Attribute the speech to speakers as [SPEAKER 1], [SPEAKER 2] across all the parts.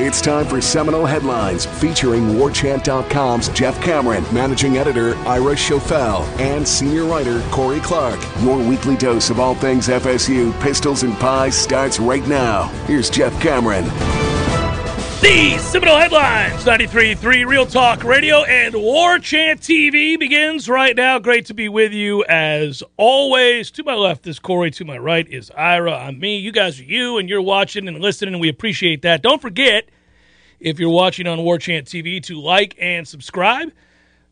[SPEAKER 1] It's time for Seminole Headlines featuring WarChant.com's Jeff Cameron, managing editor Ira Schofel, and senior writer Corey Clark. Your weekly dose of all things FSU, pistols, and pies starts right now. Here's Jeff Cameron.
[SPEAKER 2] The Seminole Headlines, 93.3 Real Talk Radio and War Chant TV begins right now. Great to be with you as always. To my left is Corey. To my right is Ira. I'm me. You guys are you, and you're watching and listening, and we appreciate that. Don't forget, if you're watching on War Chant TV, to like and subscribe.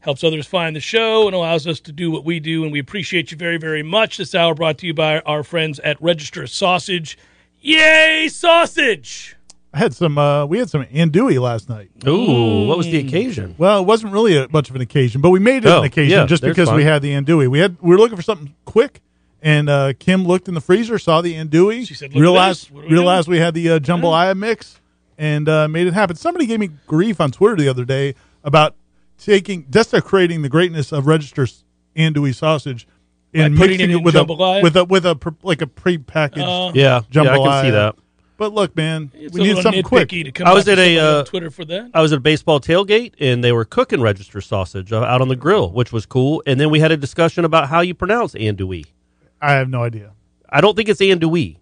[SPEAKER 2] Helps others find the show and allows us to do what we do, and we appreciate you very, very much. This hour brought to you by our friends at Register Sausage. Yay, sausage!
[SPEAKER 3] I had some. Uh, we had some andouille last night.
[SPEAKER 4] Ooh, what was the occasion?
[SPEAKER 3] Well, it wasn't really a, much of an occasion, but we made it
[SPEAKER 4] Oh,
[SPEAKER 3] an occasion
[SPEAKER 4] yeah,
[SPEAKER 3] just
[SPEAKER 4] there's
[SPEAKER 3] because we
[SPEAKER 4] fun.
[SPEAKER 3] had the andouille. We had we were looking for something quick, and uh, Kim looked in the freezer, saw the andouille,
[SPEAKER 2] She said, "Look at
[SPEAKER 3] realized
[SPEAKER 2] this. What do we
[SPEAKER 3] realized we had the uh, jambalaya mix, and uh, made it happen. Somebody gave me grief on Twitter the other day about taking desecrating the greatness of Register's andouille sausage and
[SPEAKER 2] putting
[SPEAKER 3] mixing
[SPEAKER 2] it
[SPEAKER 3] it,
[SPEAKER 2] in
[SPEAKER 3] with
[SPEAKER 2] jambalaya?
[SPEAKER 3] a with a with a pre- like a prepackaged.
[SPEAKER 4] Yeah, yeah, I can see
[SPEAKER 3] jambalaya.
[SPEAKER 4] that.
[SPEAKER 3] But look, man,
[SPEAKER 2] Uh, It's
[SPEAKER 3] we
[SPEAKER 2] a
[SPEAKER 3] need
[SPEAKER 2] little
[SPEAKER 3] something quick.
[SPEAKER 2] nitpicky to come
[SPEAKER 4] I was
[SPEAKER 2] up with
[SPEAKER 4] at a,
[SPEAKER 2] somebody on
[SPEAKER 4] uh,
[SPEAKER 2] Twitter for that.
[SPEAKER 4] I was at a baseball tailgate and they were cooking register sausage uh, out on the grill, which was cool. And then we had a discussion about how you pronounce andouille.
[SPEAKER 3] I have no idea.
[SPEAKER 4] I don't think it's andouille.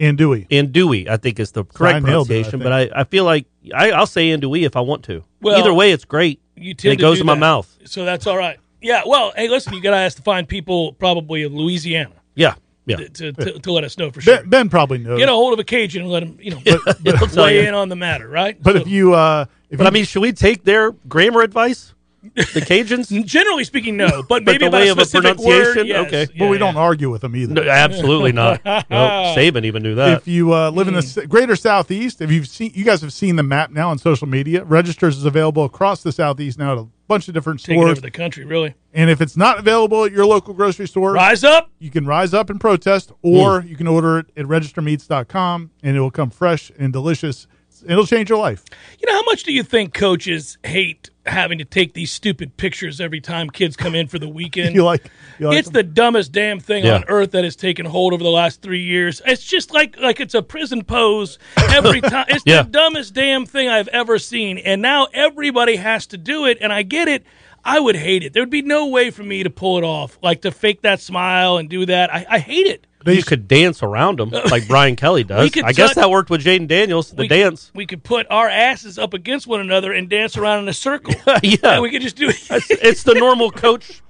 [SPEAKER 3] Andouille.
[SPEAKER 4] Andouille, I think is the correct
[SPEAKER 3] I nailed it, I
[SPEAKER 4] pronunciation, but I, I feel like I, I'll say andouille if I want to.
[SPEAKER 2] Well,
[SPEAKER 4] Either way, it's great.
[SPEAKER 2] you
[SPEAKER 4] and
[SPEAKER 2] tend
[SPEAKER 4] it
[SPEAKER 2] to
[SPEAKER 4] goes
[SPEAKER 2] do
[SPEAKER 4] in my
[SPEAKER 2] that.
[SPEAKER 4] mouth.
[SPEAKER 2] So that's all right. Yeah. Well, hey, listen, you got to ask to find people probably in Louisiana
[SPEAKER 4] Yeah, yeah.
[SPEAKER 2] to, to, to, to let us know for sure.
[SPEAKER 3] Ben, ben probably knows.
[SPEAKER 2] Get a hold of Cajun and let him, you know,
[SPEAKER 4] It'll tell
[SPEAKER 2] weigh
[SPEAKER 4] you.
[SPEAKER 2] in on the matter, right?
[SPEAKER 3] but
[SPEAKER 2] So,
[SPEAKER 3] if you, uh, if
[SPEAKER 4] But
[SPEAKER 3] you,
[SPEAKER 4] I mean, should we take their grammar advice? The Cajuns?
[SPEAKER 2] generally speaking, no. But
[SPEAKER 4] But
[SPEAKER 2] maybe
[SPEAKER 4] the
[SPEAKER 2] about
[SPEAKER 4] way
[SPEAKER 2] a
[SPEAKER 4] of a
[SPEAKER 2] specific word,
[SPEAKER 4] pronunciation?
[SPEAKER 2] yes.
[SPEAKER 4] Okay.
[SPEAKER 3] but
[SPEAKER 2] Yeah,
[SPEAKER 3] we
[SPEAKER 2] yeah.
[SPEAKER 3] don't argue with them either.
[SPEAKER 4] No, absolutely not. No, Saban even knew that.
[SPEAKER 3] if you uh, live in the
[SPEAKER 2] Hmm.
[SPEAKER 3] s- greater southeast, if you've seen, you guys have seen the map now on social media. Registers is available across the southeast now at a bunch of different
[SPEAKER 2] Taking
[SPEAKER 3] stores.
[SPEAKER 2] over the country, really.
[SPEAKER 3] and if it's not available at your local grocery store,
[SPEAKER 2] Rise up.
[SPEAKER 3] you can rise up and protest, or
[SPEAKER 4] Hmm.
[SPEAKER 3] you can order it at registermeats.com, and it will come fresh and delicious. It'll change your life.
[SPEAKER 2] You know, how much do you think coaches hate having to take these stupid pictures every time kids come in for the weekend?
[SPEAKER 3] You like, you like
[SPEAKER 2] it's the dumbest damn thing
[SPEAKER 4] Yeah.
[SPEAKER 2] on earth that has taken hold over the last three years. It's just like like it's a prison pose every time. It's
[SPEAKER 4] Yeah.
[SPEAKER 2] the dumbest damn thing I've ever seen, and now everybody has to do it. And I get it. I would hate it. There would be no way for me to pull it off, like to fake that smile and do that. I, I hate it.
[SPEAKER 4] you could dance around them like Brian Kelly does.
[SPEAKER 2] could
[SPEAKER 4] I guess
[SPEAKER 2] touch-
[SPEAKER 4] that worked with Jaden Daniels, the
[SPEAKER 2] We could-
[SPEAKER 4] dance.
[SPEAKER 2] we could put our asses up against one another and dance around in a circle.
[SPEAKER 4] yeah,
[SPEAKER 2] And we could just do it.
[SPEAKER 4] It's- it's the normal coach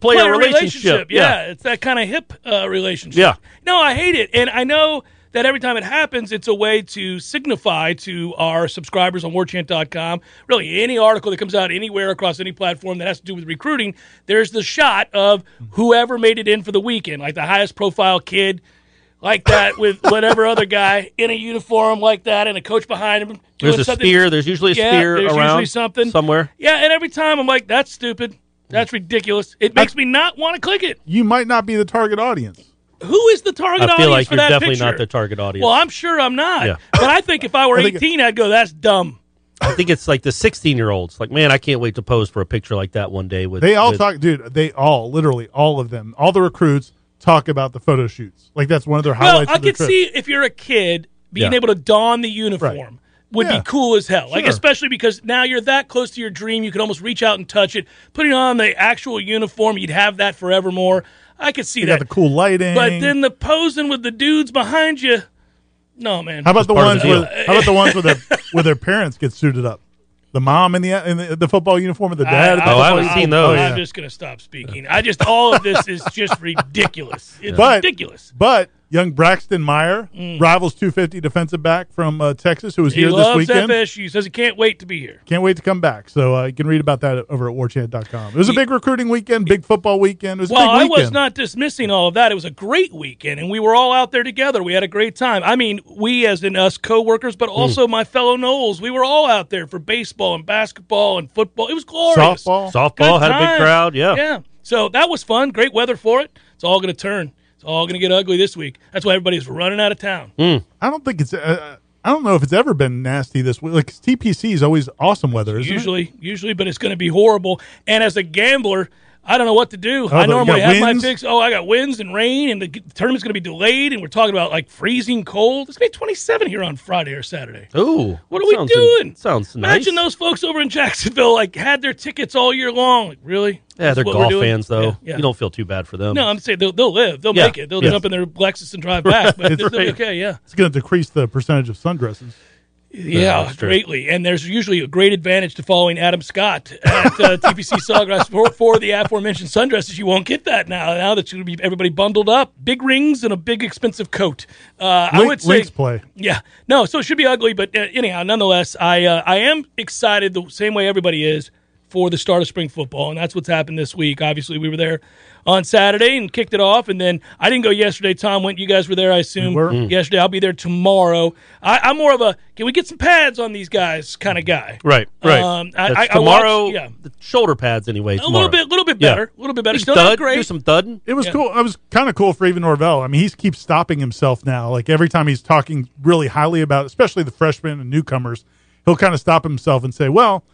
[SPEAKER 4] player,
[SPEAKER 2] player
[SPEAKER 4] relationship.
[SPEAKER 2] Yeah. it's that kind of hip uh, relationship.
[SPEAKER 4] Yeah.
[SPEAKER 2] No, I hate it, and I know that every time it happens, it's a way to signify to our subscribers on WarChant.com, really any article that comes out anywhere across any platform that has to do with recruiting, there's the shot of whoever made it in for the weekend, like the highest profile kid. Like that, with whatever other guy in a uniform like that, and a coach behind him. doing
[SPEAKER 4] There's a
[SPEAKER 2] something-
[SPEAKER 4] spear. There's usually a
[SPEAKER 2] Yeah,
[SPEAKER 4] spear
[SPEAKER 2] there's
[SPEAKER 4] around
[SPEAKER 2] usually something.
[SPEAKER 4] somewhere.
[SPEAKER 2] Yeah, and every time I'm like, that's stupid. That's ridiculous. It makes me not want to click it.
[SPEAKER 3] you might not be the target audience.
[SPEAKER 2] Who is the target
[SPEAKER 4] I
[SPEAKER 2] audience
[SPEAKER 4] feel like
[SPEAKER 2] for
[SPEAKER 4] you're
[SPEAKER 2] that
[SPEAKER 4] definitely
[SPEAKER 2] picture?
[SPEAKER 4] not the target audience.
[SPEAKER 2] Well, I'm sure I'm not.
[SPEAKER 4] Yeah.
[SPEAKER 2] But I think if I were
[SPEAKER 3] think
[SPEAKER 2] 18, I'd go, that's dumb.
[SPEAKER 4] I think it's like the 16 year olds. Like, man, I can't wait to pose for a picture like that one day. With
[SPEAKER 3] They all
[SPEAKER 4] with-
[SPEAKER 3] talk, dude. They all, literally, all of them, all the recruits talk about the photo shoots. Like that's one of their
[SPEAKER 2] Well,
[SPEAKER 3] highlights.
[SPEAKER 2] I
[SPEAKER 3] of their
[SPEAKER 2] could
[SPEAKER 3] trip.
[SPEAKER 2] see if you're a kid, being
[SPEAKER 4] Yeah.
[SPEAKER 2] able to don the uniform
[SPEAKER 3] Right.
[SPEAKER 2] would
[SPEAKER 3] Yeah.
[SPEAKER 2] be cool as hell. Like,
[SPEAKER 3] Sure.
[SPEAKER 2] especially because now you're that close to your dream, you could almost reach out and touch it. Putting on the actual uniform, you'd have that forevermore. I could see
[SPEAKER 3] They
[SPEAKER 2] that.
[SPEAKER 3] got the cool lighting.
[SPEAKER 2] But then the posing with the dudes behind you, No, man.
[SPEAKER 3] How about the
[SPEAKER 4] part of
[SPEAKER 3] ones
[SPEAKER 4] the
[SPEAKER 3] where,
[SPEAKER 4] deal.
[SPEAKER 3] how about the ones where their where their parents get suited up? The mom in the in the, the football uniform and the dad. at the
[SPEAKER 4] Oh, I
[SPEAKER 3] football
[SPEAKER 4] haven't
[SPEAKER 3] uniform.
[SPEAKER 4] seen those.
[SPEAKER 3] Oh,
[SPEAKER 2] I'm
[SPEAKER 3] yeah.
[SPEAKER 2] just gonna stop speaking. I just all of this is just ridiculous. It's
[SPEAKER 3] But-
[SPEAKER 2] ridiculous.
[SPEAKER 3] But young Braxton Meyer, rivals 250 defensive back from uh, Texas, who was
[SPEAKER 2] Mm. He
[SPEAKER 3] here this
[SPEAKER 2] loves
[SPEAKER 3] weekend.
[SPEAKER 2] FSU. Says he can't wait to be here.
[SPEAKER 3] Can't wait to come back. So uh, you can read about that over at warchant.com. It was a big recruiting weekend, big football weekend. It was a
[SPEAKER 2] Well,
[SPEAKER 3] big
[SPEAKER 2] I
[SPEAKER 3] weekend.
[SPEAKER 2] was not dismissing all of that. It was a great weekend, and we were all out there together. We had a great time. I mean, we as in us co-workers,
[SPEAKER 4] Hmm.
[SPEAKER 2] but also my fellow Knowles. We were all out there for baseball and basketball and football. It was glorious.
[SPEAKER 3] Softball.
[SPEAKER 4] Softball
[SPEAKER 2] Good
[SPEAKER 4] had a big
[SPEAKER 2] times.
[SPEAKER 4] crowd. Yeah.
[SPEAKER 2] Yeah. So that was fun. Great weather for it. It's all going to turn. It's all going to get ugly this week. That's why everybody's running out of town.
[SPEAKER 3] I don't think it's. Uh, I don't know if it's ever been nasty this week. Like 'cause TPC is always awesome weather, isn't it?
[SPEAKER 2] usually, usually, but it's going to be horrible. And as a gambler, I don't know what to
[SPEAKER 4] Oh,
[SPEAKER 2] do. I
[SPEAKER 3] but you
[SPEAKER 2] normally
[SPEAKER 3] got
[SPEAKER 2] have
[SPEAKER 3] winds?
[SPEAKER 2] my picks. Oh, I got winds and rain, and the g- tournament's going to be delayed. And we're talking about like freezing cold. It's going to be 27 here on Friday or Saturday.
[SPEAKER 4] Ooh.
[SPEAKER 2] What are
[SPEAKER 4] that
[SPEAKER 2] we
[SPEAKER 4] sounds-
[SPEAKER 2] doing?
[SPEAKER 4] sounds nice.
[SPEAKER 2] Imagine those folks over in Jacksonville like had their tickets all year long. Like really?
[SPEAKER 4] Yeah,
[SPEAKER 2] That's
[SPEAKER 4] they're
[SPEAKER 2] what we're
[SPEAKER 4] golf
[SPEAKER 2] doing?
[SPEAKER 4] fans though.
[SPEAKER 2] Yeah, yeah.
[SPEAKER 4] You don't feel too bad for them.
[SPEAKER 2] No, I'm saying they'll, they'll live. They'll
[SPEAKER 4] Yeah.
[SPEAKER 2] make it. They'll
[SPEAKER 4] Yes.
[SPEAKER 2] jump in their Lexus and drive back. But they'll
[SPEAKER 4] Right.
[SPEAKER 2] be okay. Yeah.
[SPEAKER 3] It's going to decrease the percentage of sundresses.
[SPEAKER 2] Yeah,
[SPEAKER 4] that's true.
[SPEAKER 2] greatly. And there's usually a great advantage to following Adam Scott at uh, TPC Sawgrass for, for the aforementioned sundresses. You won't get that now. Now that's going to be everybody bundled up, big rings and a big expensive coat. Uh, I
[SPEAKER 3] Link-
[SPEAKER 2] would say
[SPEAKER 3] Lynx play.
[SPEAKER 2] yeah. No, so it should be ugly, but uh, anyhow, nonetheless, I uh, I am excited the same way everybody is for the start of spring football, and that's what's happened this week. Obviously, we were there on Saturday and kicked it off, and then I didn't go yesterday. Tom went. You guys were there, I assume.
[SPEAKER 3] We were. Mm.
[SPEAKER 2] Yesterday, I'll be there tomorrow. I, I'm more of a can we get some pads on these guys kind of guy.
[SPEAKER 4] Right, right.
[SPEAKER 2] Um, I-
[SPEAKER 4] That's
[SPEAKER 2] I- I
[SPEAKER 4] tomorrow,
[SPEAKER 2] watched- yeah.
[SPEAKER 4] the shoulder pads anyway.
[SPEAKER 2] A little bit, little bit better, a little bit better. Still
[SPEAKER 4] thud,
[SPEAKER 2] not great.
[SPEAKER 4] Do some thudding.
[SPEAKER 3] It was cool. It was kind of cool for even Norvell. I mean, he keeps stopping himself now. Like every time he's talking really highly about, especially the freshmen and newcomers, he'll kind of stop himself and say, "Well,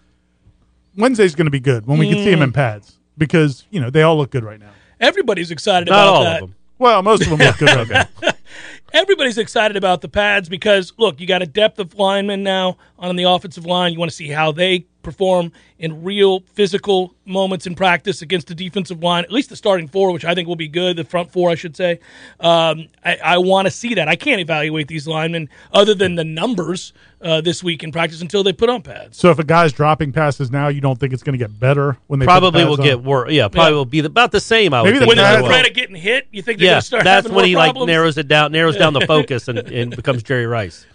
[SPEAKER 3] Wednesday's going to be good when we can see him in
[SPEAKER 4] Mm.
[SPEAKER 3] pads because you know they all look good right now."
[SPEAKER 2] Everybody's excited
[SPEAKER 4] Not
[SPEAKER 2] about
[SPEAKER 4] all
[SPEAKER 2] that.
[SPEAKER 4] of them.
[SPEAKER 3] Well, most of them look good right now.
[SPEAKER 2] everybody's excited about the pads because look, you got a depth of linemen now on the offensive line. You want to see how they perform in real physical moments in practice against the defensive line, at least the starting four, which I think will be good, the front four, I should say. Um, I, I want to see that. I can't evaluate these linemen other than the numbers uh, this week in practice until they put on pads.
[SPEAKER 3] So if a guy's dropping passes now, you don't think it's going to get better when they put the
[SPEAKER 4] Probably
[SPEAKER 3] pads
[SPEAKER 4] will
[SPEAKER 3] on?
[SPEAKER 4] get worse. Yeah, probably
[SPEAKER 2] Yeah.
[SPEAKER 4] will be the, about the same. I
[SPEAKER 3] Maybe the
[SPEAKER 4] would think.
[SPEAKER 2] When
[SPEAKER 3] pads
[SPEAKER 2] there's
[SPEAKER 4] otherwise.
[SPEAKER 2] a
[SPEAKER 3] will-
[SPEAKER 2] threat of getting hit, you think they're
[SPEAKER 4] yeah,
[SPEAKER 2] going to start
[SPEAKER 4] that's
[SPEAKER 2] having
[SPEAKER 4] when
[SPEAKER 2] more
[SPEAKER 4] he like
[SPEAKER 2] problems?
[SPEAKER 4] narrows it down, narrows down the focus, and, and becomes Jerry Rice.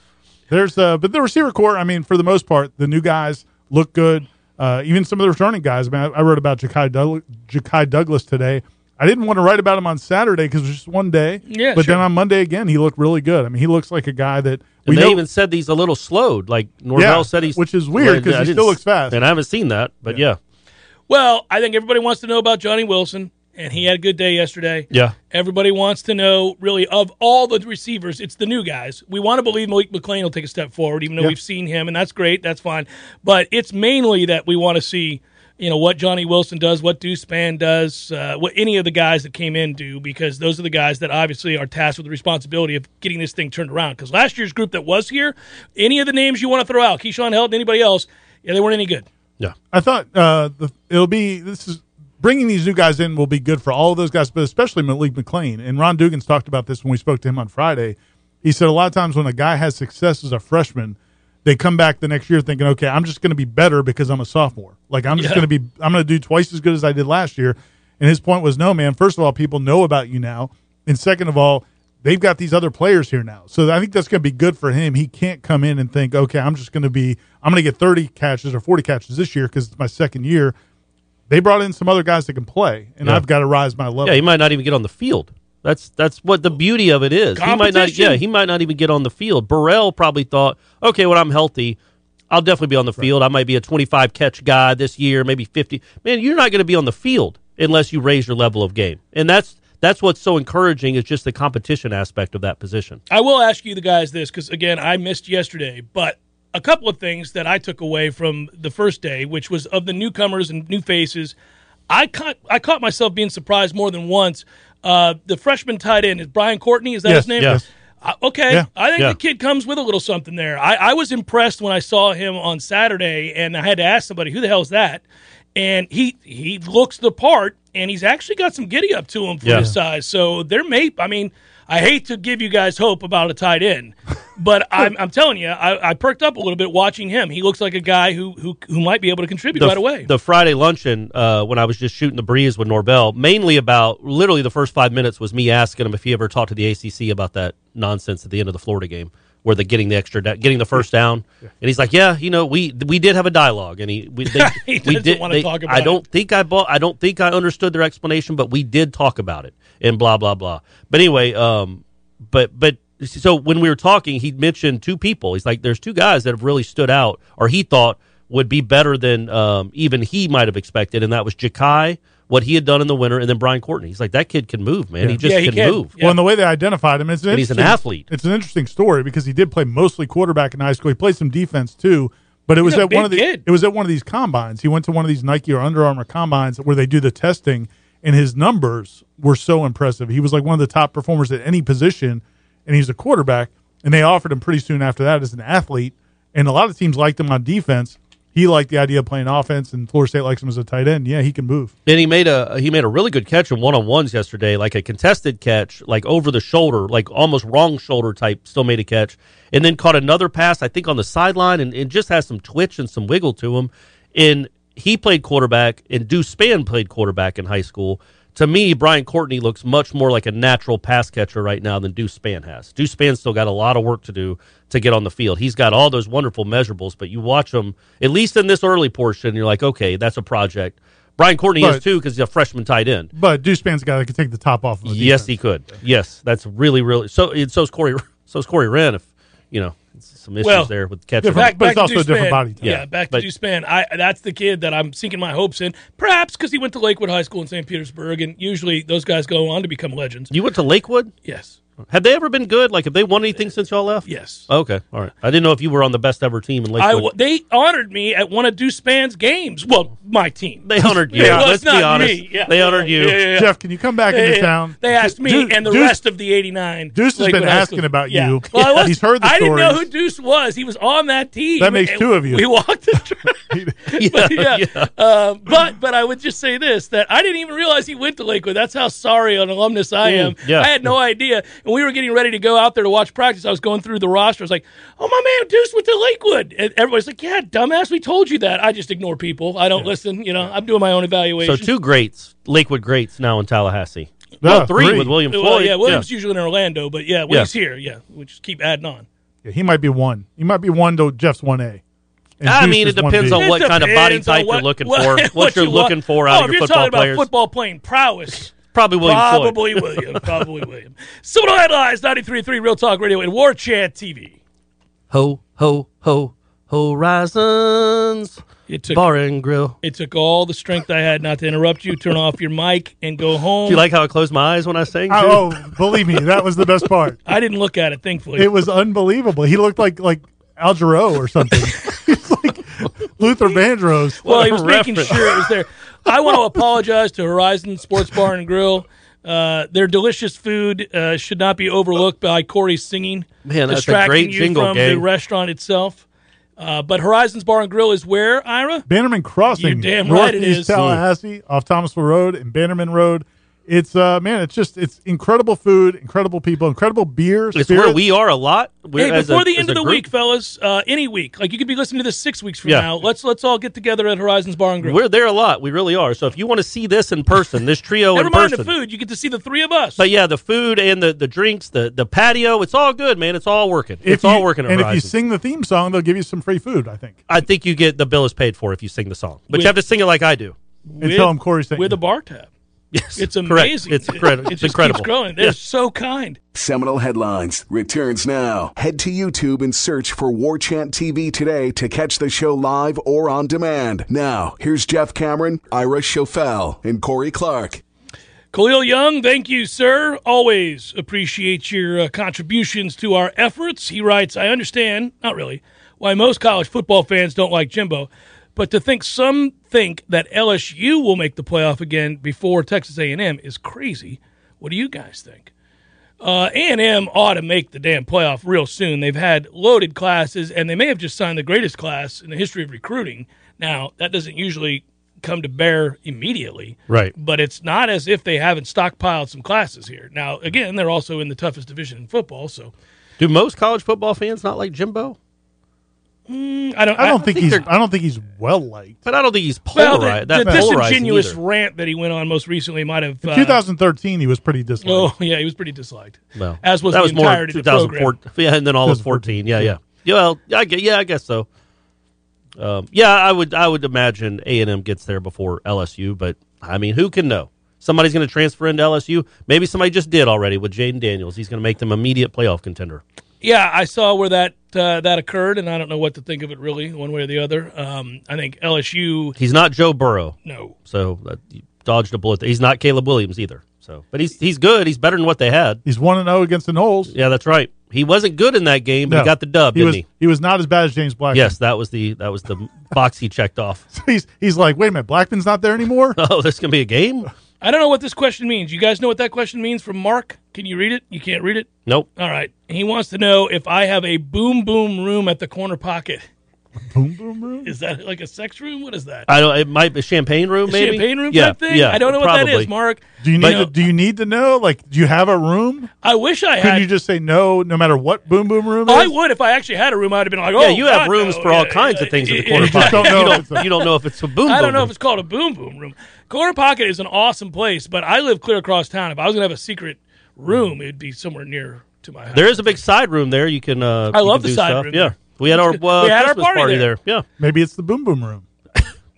[SPEAKER 3] There's uh, but the receiver core. I mean, for the most part, the new guys look good. Uh, even some of the returning guys. I mean, I, I wrote about Ja'Kai, Doug- Ja'Kai Douglas today. I didn't want to write about him on Saturday because it was just one day.
[SPEAKER 2] Yeah,
[SPEAKER 3] But
[SPEAKER 2] sure.
[SPEAKER 3] then on Monday again, he looked really good. I mean, he looks like a guy that
[SPEAKER 4] And
[SPEAKER 3] we
[SPEAKER 4] they
[SPEAKER 3] know.
[SPEAKER 4] even said he's a little slowed. Like Norvell
[SPEAKER 3] Yeah,
[SPEAKER 4] said, he's
[SPEAKER 3] which is weird 'cause
[SPEAKER 4] I
[SPEAKER 3] he
[SPEAKER 4] didn't
[SPEAKER 3] still
[SPEAKER 4] s-
[SPEAKER 3] looks fast.
[SPEAKER 4] And I haven't seen that, but yeah,
[SPEAKER 2] Well, I think everybody wants to know about Johnny Wilson, and he had a good day yesterday.
[SPEAKER 4] Yeah.
[SPEAKER 2] Everybody wants to know, really, of all the receivers, it's the new guys. We want to believe Malik McLean will take a step forward, even though we've seen him, and that's great, that's fine. But it's mainly that we want to see, you know, what Johnny Wilson does, what Deuce Span does, uh, what any of the guys that came in do, because those are the guys that obviously are tasked with the responsibility of getting this thing turned around. Because last year's group that was here, any of the names you want to throw out, Keyshawn Helton, anybody else, yeah, they weren't any good.
[SPEAKER 4] yeah.
[SPEAKER 3] I thought uh, the, it'll be this is bringing these new guys in will be good for all of those guys, but especially Malik McLean. And Ron Dugan's talked about this when we spoke to him on Friday. He said a lot of times when a guy has success as a freshman, they come back the next year thinking, okay, I'm just going to be better because I'm a sophomore. Like I'm just
[SPEAKER 2] Yeah.
[SPEAKER 3] going to be, I'm going to do twice as good as I did last year. And his point was, no, man. First of all, people know about you now, and second of all, they've got these other players here now. So I think that's going to be good for him. He can't come in and think, okay, I'm just going to be, I'm going to get 30 catches or 40 catches this year because it's my second year they brought in some other guys that can play, and
[SPEAKER 4] Yeah.
[SPEAKER 3] I've got to rise my level.
[SPEAKER 4] Yeah, he might not even get on the field. That's that's what the beauty of it is. He might not.
[SPEAKER 2] Competition.
[SPEAKER 4] Yeah, he might not even get on the field. Burrell probably thought, okay, when I'm healthy, I'll definitely be on the field. I might be a 25 catch guy this year, maybe 50. Man, you're not going to be on the field unless you raise your level of game, and that's that's what's so encouraging is just the competition aspect of that position.
[SPEAKER 2] I will ask you the guys this because again, I missed yesterday, but a couple of things that I took away from the first day, which was of the newcomers and new faces. I caught I caught myself being surprised more than once. Uh, the freshman tight end is Brian Courtney. Is that
[SPEAKER 3] Yes,
[SPEAKER 2] his name?
[SPEAKER 3] yes.
[SPEAKER 2] Uh, okay,
[SPEAKER 3] Yeah.
[SPEAKER 2] I think
[SPEAKER 4] Yeah.
[SPEAKER 2] the kid comes with a little something there. I, I was impressed when I saw him on Saturday, and I had to ask somebody, "Who the hell is that?" And he he looks the part, and he's actually got some giddy up to him for
[SPEAKER 4] Yeah.
[SPEAKER 2] his size. So there may, I mean, I hate to give you guys hope about a tight end, but I'm, I'm telling you, I, I perked up a little bit watching him. He looks like a guy who who, who might be able to contribute
[SPEAKER 4] the,
[SPEAKER 2] right away.
[SPEAKER 4] the Friday luncheon uh, when I was just shooting the breeze with Norvell, mainly about literally the first five minutes was me asking him if he ever talked to the ACC about that nonsense at the end of the Florida game where the getting the extra da- getting the first down, and he's like, yeah, you know, we we did have a dialogue, and he we they,
[SPEAKER 2] He
[SPEAKER 4] we
[SPEAKER 2] doesn't
[SPEAKER 4] did.
[SPEAKER 2] wanna
[SPEAKER 4] they-
[SPEAKER 2] talk about
[SPEAKER 4] I don't think I bought. I don't think I understood their explanation, but we did talk about it and blah blah blah. But anyway, um, but but so when we were talking, he mentioned two people. He's like, there's two guys that have really stood out, or he thought would be better than um, even he might have expected, and that was Jakai, what he had done in the winter, and then Brian Courtney. He's like, that kid can move, man. He just
[SPEAKER 2] Yeah, he
[SPEAKER 4] can,
[SPEAKER 2] can.
[SPEAKER 4] move.
[SPEAKER 2] Yeah.
[SPEAKER 3] Well, and the way they identified him, it's an
[SPEAKER 4] And he's an
[SPEAKER 3] interesting-
[SPEAKER 4] athlete.
[SPEAKER 3] It's an interesting story because he did play mostly quarterback in high school. He played some defense too, but it was at
[SPEAKER 2] a
[SPEAKER 3] one
[SPEAKER 2] big
[SPEAKER 3] of the
[SPEAKER 2] kid.
[SPEAKER 3] it was at one of these combines. He went to one of these Nike or Under Armour combines where they do the testing, and his numbers were so impressive. He was like one of the top performers at any position, and he's a quarterback. And they offered him pretty soon after that as an athlete, and a lot of teams liked him on defense. He liked the idea of playing offense, and Florida State likes him as a tight end. Yeah, he can move.
[SPEAKER 4] And he made a he made a really good catch in one on ones yesterday, like a contested catch, like over the shoulder, like almost wrong shoulder type. Still made a catch, and then caught another pass, I think, on the sideline, and, and just has some twitch and some wiggle to him. And he played quarterback, and Deuce Span played quarterback in high school. To me, Brian Courtney looks much more like a natural pass catcher right now than Deuce Span has. Deuce Span's still got a lot of work to do to get on the field. He's got all those wonderful measurables, but you watch him, at least in this early portion, you're like, okay, that's a project. Brian Courtney
[SPEAKER 3] Right.
[SPEAKER 4] is too because he's a freshman tight end.
[SPEAKER 3] But Deuce Span's a guy that can take the top off
[SPEAKER 2] Oh,
[SPEAKER 3] of a
[SPEAKER 4] Yes,
[SPEAKER 3] defense.
[SPEAKER 4] he could. Yes, that's really, really. So and so's Corey. So's Corey Wren. If you know some issues
[SPEAKER 2] Well,
[SPEAKER 4] there with catching.
[SPEAKER 3] different-
[SPEAKER 2] back,
[SPEAKER 3] but it's
[SPEAKER 2] back to
[SPEAKER 3] also a
[SPEAKER 2] Deuce
[SPEAKER 3] different
[SPEAKER 2] Span.
[SPEAKER 3] body type.
[SPEAKER 2] Yeah,
[SPEAKER 4] Yeah,
[SPEAKER 2] back
[SPEAKER 4] but-
[SPEAKER 2] to Deuce Span. I that's the kid that I'm sinking my hopes in. Perhaps because he went to Lakewood High School in St. Petersburg, and usually those guys go on to become legends.
[SPEAKER 4] You went to Lakewood.
[SPEAKER 2] Yes,
[SPEAKER 4] Have they ever been good? Like, have they won anything since y'all left?
[SPEAKER 2] yes.
[SPEAKER 4] Okay, all right. I didn't know if you were on the best ever team in
[SPEAKER 2] I
[SPEAKER 4] Lakewood.
[SPEAKER 2] w they honored me at one of Deuce Span's games. Well, my team.
[SPEAKER 4] they honored you.
[SPEAKER 2] It was
[SPEAKER 4] Let's be
[SPEAKER 2] not
[SPEAKER 4] honest.
[SPEAKER 2] me. Yeah.
[SPEAKER 4] They honored you.
[SPEAKER 2] Yeah, yeah, yeah.
[SPEAKER 3] Jeff, can you come back
[SPEAKER 2] They-
[SPEAKER 3] into town?
[SPEAKER 2] They asked me
[SPEAKER 3] Deuce-
[SPEAKER 2] and the
[SPEAKER 3] Deuce-
[SPEAKER 2] rest of the '89.
[SPEAKER 3] Deuce has been asking about you.
[SPEAKER 2] Well, I was,
[SPEAKER 3] He's heard the
[SPEAKER 2] I didn't know who
[SPEAKER 3] stories.
[SPEAKER 2] Deuce was. He was on that team.
[SPEAKER 3] That makes
[SPEAKER 2] And
[SPEAKER 3] two of you.
[SPEAKER 2] We walked the track. but, yeah, Uh, but but I would just say this: that I didn't even realize he went to Lakewood. That's how sorry an alumnus I am.
[SPEAKER 4] Mm, yeah.
[SPEAKER 2] I had no idea. And we were getting ready to go out there to watch practice. I was going through the roster. I was like, "Oh my man, Deuce went to Lakewood." And everybody's like, "Yeah, dumbass, we told you that." I just ignore people. I don't listen. You know, I'm doing my own
[SPEAKER 4] So
[SPEAKER 2] evaluation.
[SPEAKER 4] two greats, Lakewood greats, now in Tallahassee.
[SPEAKER 3] Yeah,
[SPEAKER 4] well, three, with William Floyd.
[SPEAKER 2] Well, yeah, Williams usually in Orlando, but yeah, when
[SPEAKER 4] Yeah.
[SPEAKER 2] he's here, yeah, we just keep adding on.
[SPEAKER 3] Yeah, he might be one. He might be one to Jeff's one A.
[SPEAKER 4] I mean, it depends on what kind of body
[SPEAKER 2] Depends on
[SPEAKER 4] type you're looking for, what you're
[SPEAKER 2] you want.
[SPEAKER 4] looking for out of
[SPEAKER 2] oh, if
[SPEAKER 4] your
[SPEAKER 2] you're
[SPEAKER 4] football
[SPEAKER 2] talking
[SPEAKER 4] players.
[SPEAKER 2] About football playing prowess.
[SPEAKER 4] Probably William Floyd.
[SPEAKER 2] Probably William. Probably William. Seminole Headlines, 93.3 Real Talk Radio and War Chant TV.
[SPEAKER 4] Ho, ho, ho, horizons.
[SPEAKER 2] It took,
[SPEAKER 4] Bar and grill.
[SPEAKER 2] it took all the strength I had not to interrupt you, turn off your mic, and go home.
[SPEAKER 4] Do you like how I closed my eyes when I sang? Too?
[SPEAKER 3] Oh, oh, believe me, that was the best part.
[SPEAKER 2] I didn't look at it, thankfully.
[SPEAKER 3] It was unbelievable. He looked like like Al Jarreau or something. He's like Luther Vandross.
[SPEAKER 2] well,
[SPEAKER 4] What
[SPEAKER 2] he
[SPEAKER 4] a
[SPEAKER 2] was making
[SPEAKER 4] reference.
[SPEAKER 2] sure it was there. I want to apologize to Horizon Sports Bar and Grill. Uh, their delicious food uh, should not be overlooked by Corey's singing,
[SPEAKER 4] Man, that's a
[SPEAKER 2] distracting
[SPEAKER 4] great
[SPEAKER 2] you
[SPEAKER 4] jingle,
[SPEAKER 2] from the
[SPEAKER 4] gang.
[SPEAKER 2] restaurant itself. Uh, but Horizons Bar and Grill is where Ira.
[SPEAKER 3] Bannerman Crossing,
[SPEAKER 2] You're damn
[SPEAKER 3] Northeast
[SPEAKER 2] right it is.
[SPEAKER 3] Tallahassee, off Thomasville Road and Bannerman Road. It's uh man, it's just it's incredible food, incredible people, incredible beer.
[SPEAKER 4] it's
[SPEAKER 3] spirits.
[SPEAKER 4] where we are a lot. We're-
[SPEAKER 2] Hey,
[SPEAKER 4] as
[SPEAKER 2] before
[SPEAKER 4] a-
[SPEAKER 2] the end
[SPEAKER 4] as
[SPEAKER 2] of
[SPEAKER 4] a
[SPEAKER 2] the
[SPEAKER 4] group,
[SPEAKER 2] week, fellas, uh, any week, like you could be listening to this six weeks from
[SPEAKER 4] Yeah.
[SPEAKER 2] now. Let's let's all get together at Horizons Bar and Grill.
[SPEAKER 4] We're there a lot. We really are. So if you want to see this in person, this trio
[SPEAKER 2] Never
[SPEAKER 4] in
[SPEAKER 2] mind
[SPEAKER 4] person.
[SPEAKER 2] the food; you get to see the three of us.
[SPEAKER 4] But yeah, the food and the, the drinks, the, the patio, it's all good, man. It's all working.
[SPEAKER 3] If
[SPEAKER 4] it's all
[SPEAKER 3] you-
[SPEAKER 4] working at
[SPEAKER 3] And if you
[SPEAKER 4] Horizons.
[SPEAKER 3] sing the theme song, they'll give you some free food, I think.
[SPEAKER 4] I think you get the bill is paid for if you sing the song, but
[SPEAKER 2] With-
[SPEAKER 4] you have to sing it like I do.
[SPEAKER 3] And tell them Corey sent
[SPEAKER 2] with
[SPEAKER 3] you.
[SPEAKER 2] a bar tab.
[SPEAKER 4] Yes,
[SPEAKER 2] It's
[SPEAKER 4] correct.
[SPEAKER 2] amazing.
[SPEAKER 4] It's incredible.
[SPEAKER 2] It
[SPEAKER 4] it's
[SPEAKER 2] just
[SPEAKER 4] incredible.
[SPEAKER 2] keeps growing. They're so kind.
[SPEAKER 1] Seminole Headlines returns now. Head to YouTube and search for War Chant TV today to catch the show live or on demand. Now, here's Jeff Cameron, Ira Schofel, and Corey Clark.
[SPEAKER 2] Khalil Young, thank you, sir. Always appreciate your uh, contributions to our efforts. He writes, I understand, not really, why most college football fans don't like Jimbo, but to think some think that LSU will make the playoff again before Texas A&M is crazy. What do you guys think? Uh, A&M ought to make the damn playoff real soon. They've had loaded classes, and they may have just signed the greatest class in the history of recruiting. Now, that doesn't usually come to bear immediately.
[SPEAKER 4] Right.
[SPEAKER 2] But it's not as if they haven't stockpiled some classes here. Now, again, they're also in the toughest division in football, so
[SPEAKER 4] Do most college football fans not like Jimbo?
[SPEAKER 2] mm, I don't.
[SPEAKER 3] I don't think, he's.
[SPEAKER 4] they're-
[SPEAKER 3] I don't think he's well liked.
[SPEAKER 4] But I don't think he's
[SPEAKER 2] well,
[SPEAKER 4] polarized.
[SPEAKER 2] the,
[SPEAKER 4] that
[SPEAKER 2] the
[SPEAKER 4] polarizing
[SPEAKER 2] disingenuous
[SPEAKER 4] either.
[SPEAKER 2] rant that he went on most recently might have.
[SPEAKER 3] In
[SPEAKER 2] uh,
[SPEAKER 3] 2013, he was pretty disliked.
[SPEAKER 2] Oh yeah, he was pretty disliked.
[SPEAKER 4] Well,
[SPEAKER 2] as was
[SPEAKER 4] that
[SPEAKER 2] the
[SPEAKER 4] was more
[SPEAKER 2] entirety of the program.
[SPEAKER 4] 2014. Yeah, and then all of 14. Yeah, yeah, yeah. Well, I guess, yeah, I guess so. Um, yeah, I would I would imagine A and M gets there before LSU, but I mean, who can know? Somebody's going to transfer into LSU. Maybe somebody just did already with Jaden Daniels. He's going to make them immediate playoff contender.
[SPEAKER 2] Yeah, I saw where that uh, that occurred, and I don't know what to think of it really, one way or the other. Um, I think LSU.
[SPEAKER 4] He's not Joe Burrow,
[SPEAKER 2] No,
[SPEAKER 4] so uh, you dodged a bullet. there. He's not Caleb Williams either. So, but he's he's good. He's better than what they had.
[SPEAKER 3] He's one and zero against the Knowles.
[SPEAKER 4] Yeah, that's right. He wasn't good in that game, but
[SPEAKER 3] No.
[SPEAKER 4] he got the dub,
[SPEAKER 3] He
[SPEAKER 4] didn't
[SPEAKER 3] was.
[SPEAKER 4] he?
[SPEAKER 3] was not as bad as James Blackman.
[SPEAKER 4] Yes, that was the that was the box he checked off.
[SPEAKER 3] he's he's like, wait a minute, Blackman's not there anymore.
[SPEAKER 4] Oh, there's gonna be a game?
[SPEAKER 2] I don't know what this question means. You guys know what that question means from Mark? Can you read it? You can't read it.
[SPEAKER 4] Nope.
[SPEAKER 2] All right. He wants to know if I have a boom boom room at the corner pocket.
[SPEAKER 3] boom, boom, boom.
[SPEAKER 2] Is that like a sex room? What is that?
[SPEAKER 4] I don't. It might be champagne room, Uh, maybe
[SPEAKER 2] Champagne room
[SPEAKER 4] yeah,
[SPEAKER 2] type thing?
[SPEAKER 4] Yeah,
[SPEAKER 2] I don't know what
[SPEAKER 4] probably.
[SPEAKER 2] that is, Mark.
[SPEAKER 3] Do you need?
[SPEAKER 2] But-
[SPEAKER 3] to, do you need to know? Like, do you have a room?
[SPEAKER 2] I wish I
[SPEAKER 3] Couldn't
[SPEAKER 2] had. Oh,
[SPEAKER 3] you just say no, no matter what boom boom room?
[SPEAKER 2] I
[SPEAKER 3] is?
[SPEAKER 2] would if I actually had a room. I'd have been like, oh,
[SPEAKER 4] Yeah, you have
[SPEAKER 2] God,
[SPEAKER 4] rooms
[SPEAKER 2] no.
[SPEAKER 4] for all
[SPEAKER 2] Yeah,
[SPEAKER 4] kinds
[SPEAKER 2] yeah,
[SPEAKER 4] of things in the
[SPEAKER 2] yeah,
[SPEAKER 4] corner
[SPEAKER 2] yeah.
[SPEAKER 4] pocket.
[SPEAKER 3] don't know
[SPEAKER 4] you,
[SPEAKER 3] if
[SPEAKER 4] don't,
[SPEAKER 3] it's a-
[SPEAKER 4] you don't know if it's a boom.
[SPEAKER 2] I don't
[SPEAKER 4] boom
[SPEAKER 2] know if
[SPEAKER 4] room.
[SPEAKER 2] it's called a boom boom room. Corner pocket is an awesome place, but I live clear across town. If I was gonna have a secret room, it'd be somewhere near to my house.
[SPEAKER 4] there is a big side room there. You can. Uh,
[SPEAKER 2] I
[SPEAKER 4] you
[SPEAKER 2] love
[SPEAKER 4] can
[SPEAKER 2] the
[SPEAKER 4] do
[SPEAKER 2] side
[SPEAKER 4] stuff.
[SPEAKER 2] room
[SPEAKER 4] Yeah,
[SPEAKER 2] there.
[SPEAKER 4] we had our
[SPEAKER 2] good.
[SPEAKER 4] uh,
[SPEAKER 2] We had our
[SPEAKER 4] Christmas
[SPEAKER 2] party
[SPEAKER 4] party
[SPEAKER 2] there.
[SPEAKER 4] there. Yeah,
[SPEAKER 3] Maybe it's the boom boom room.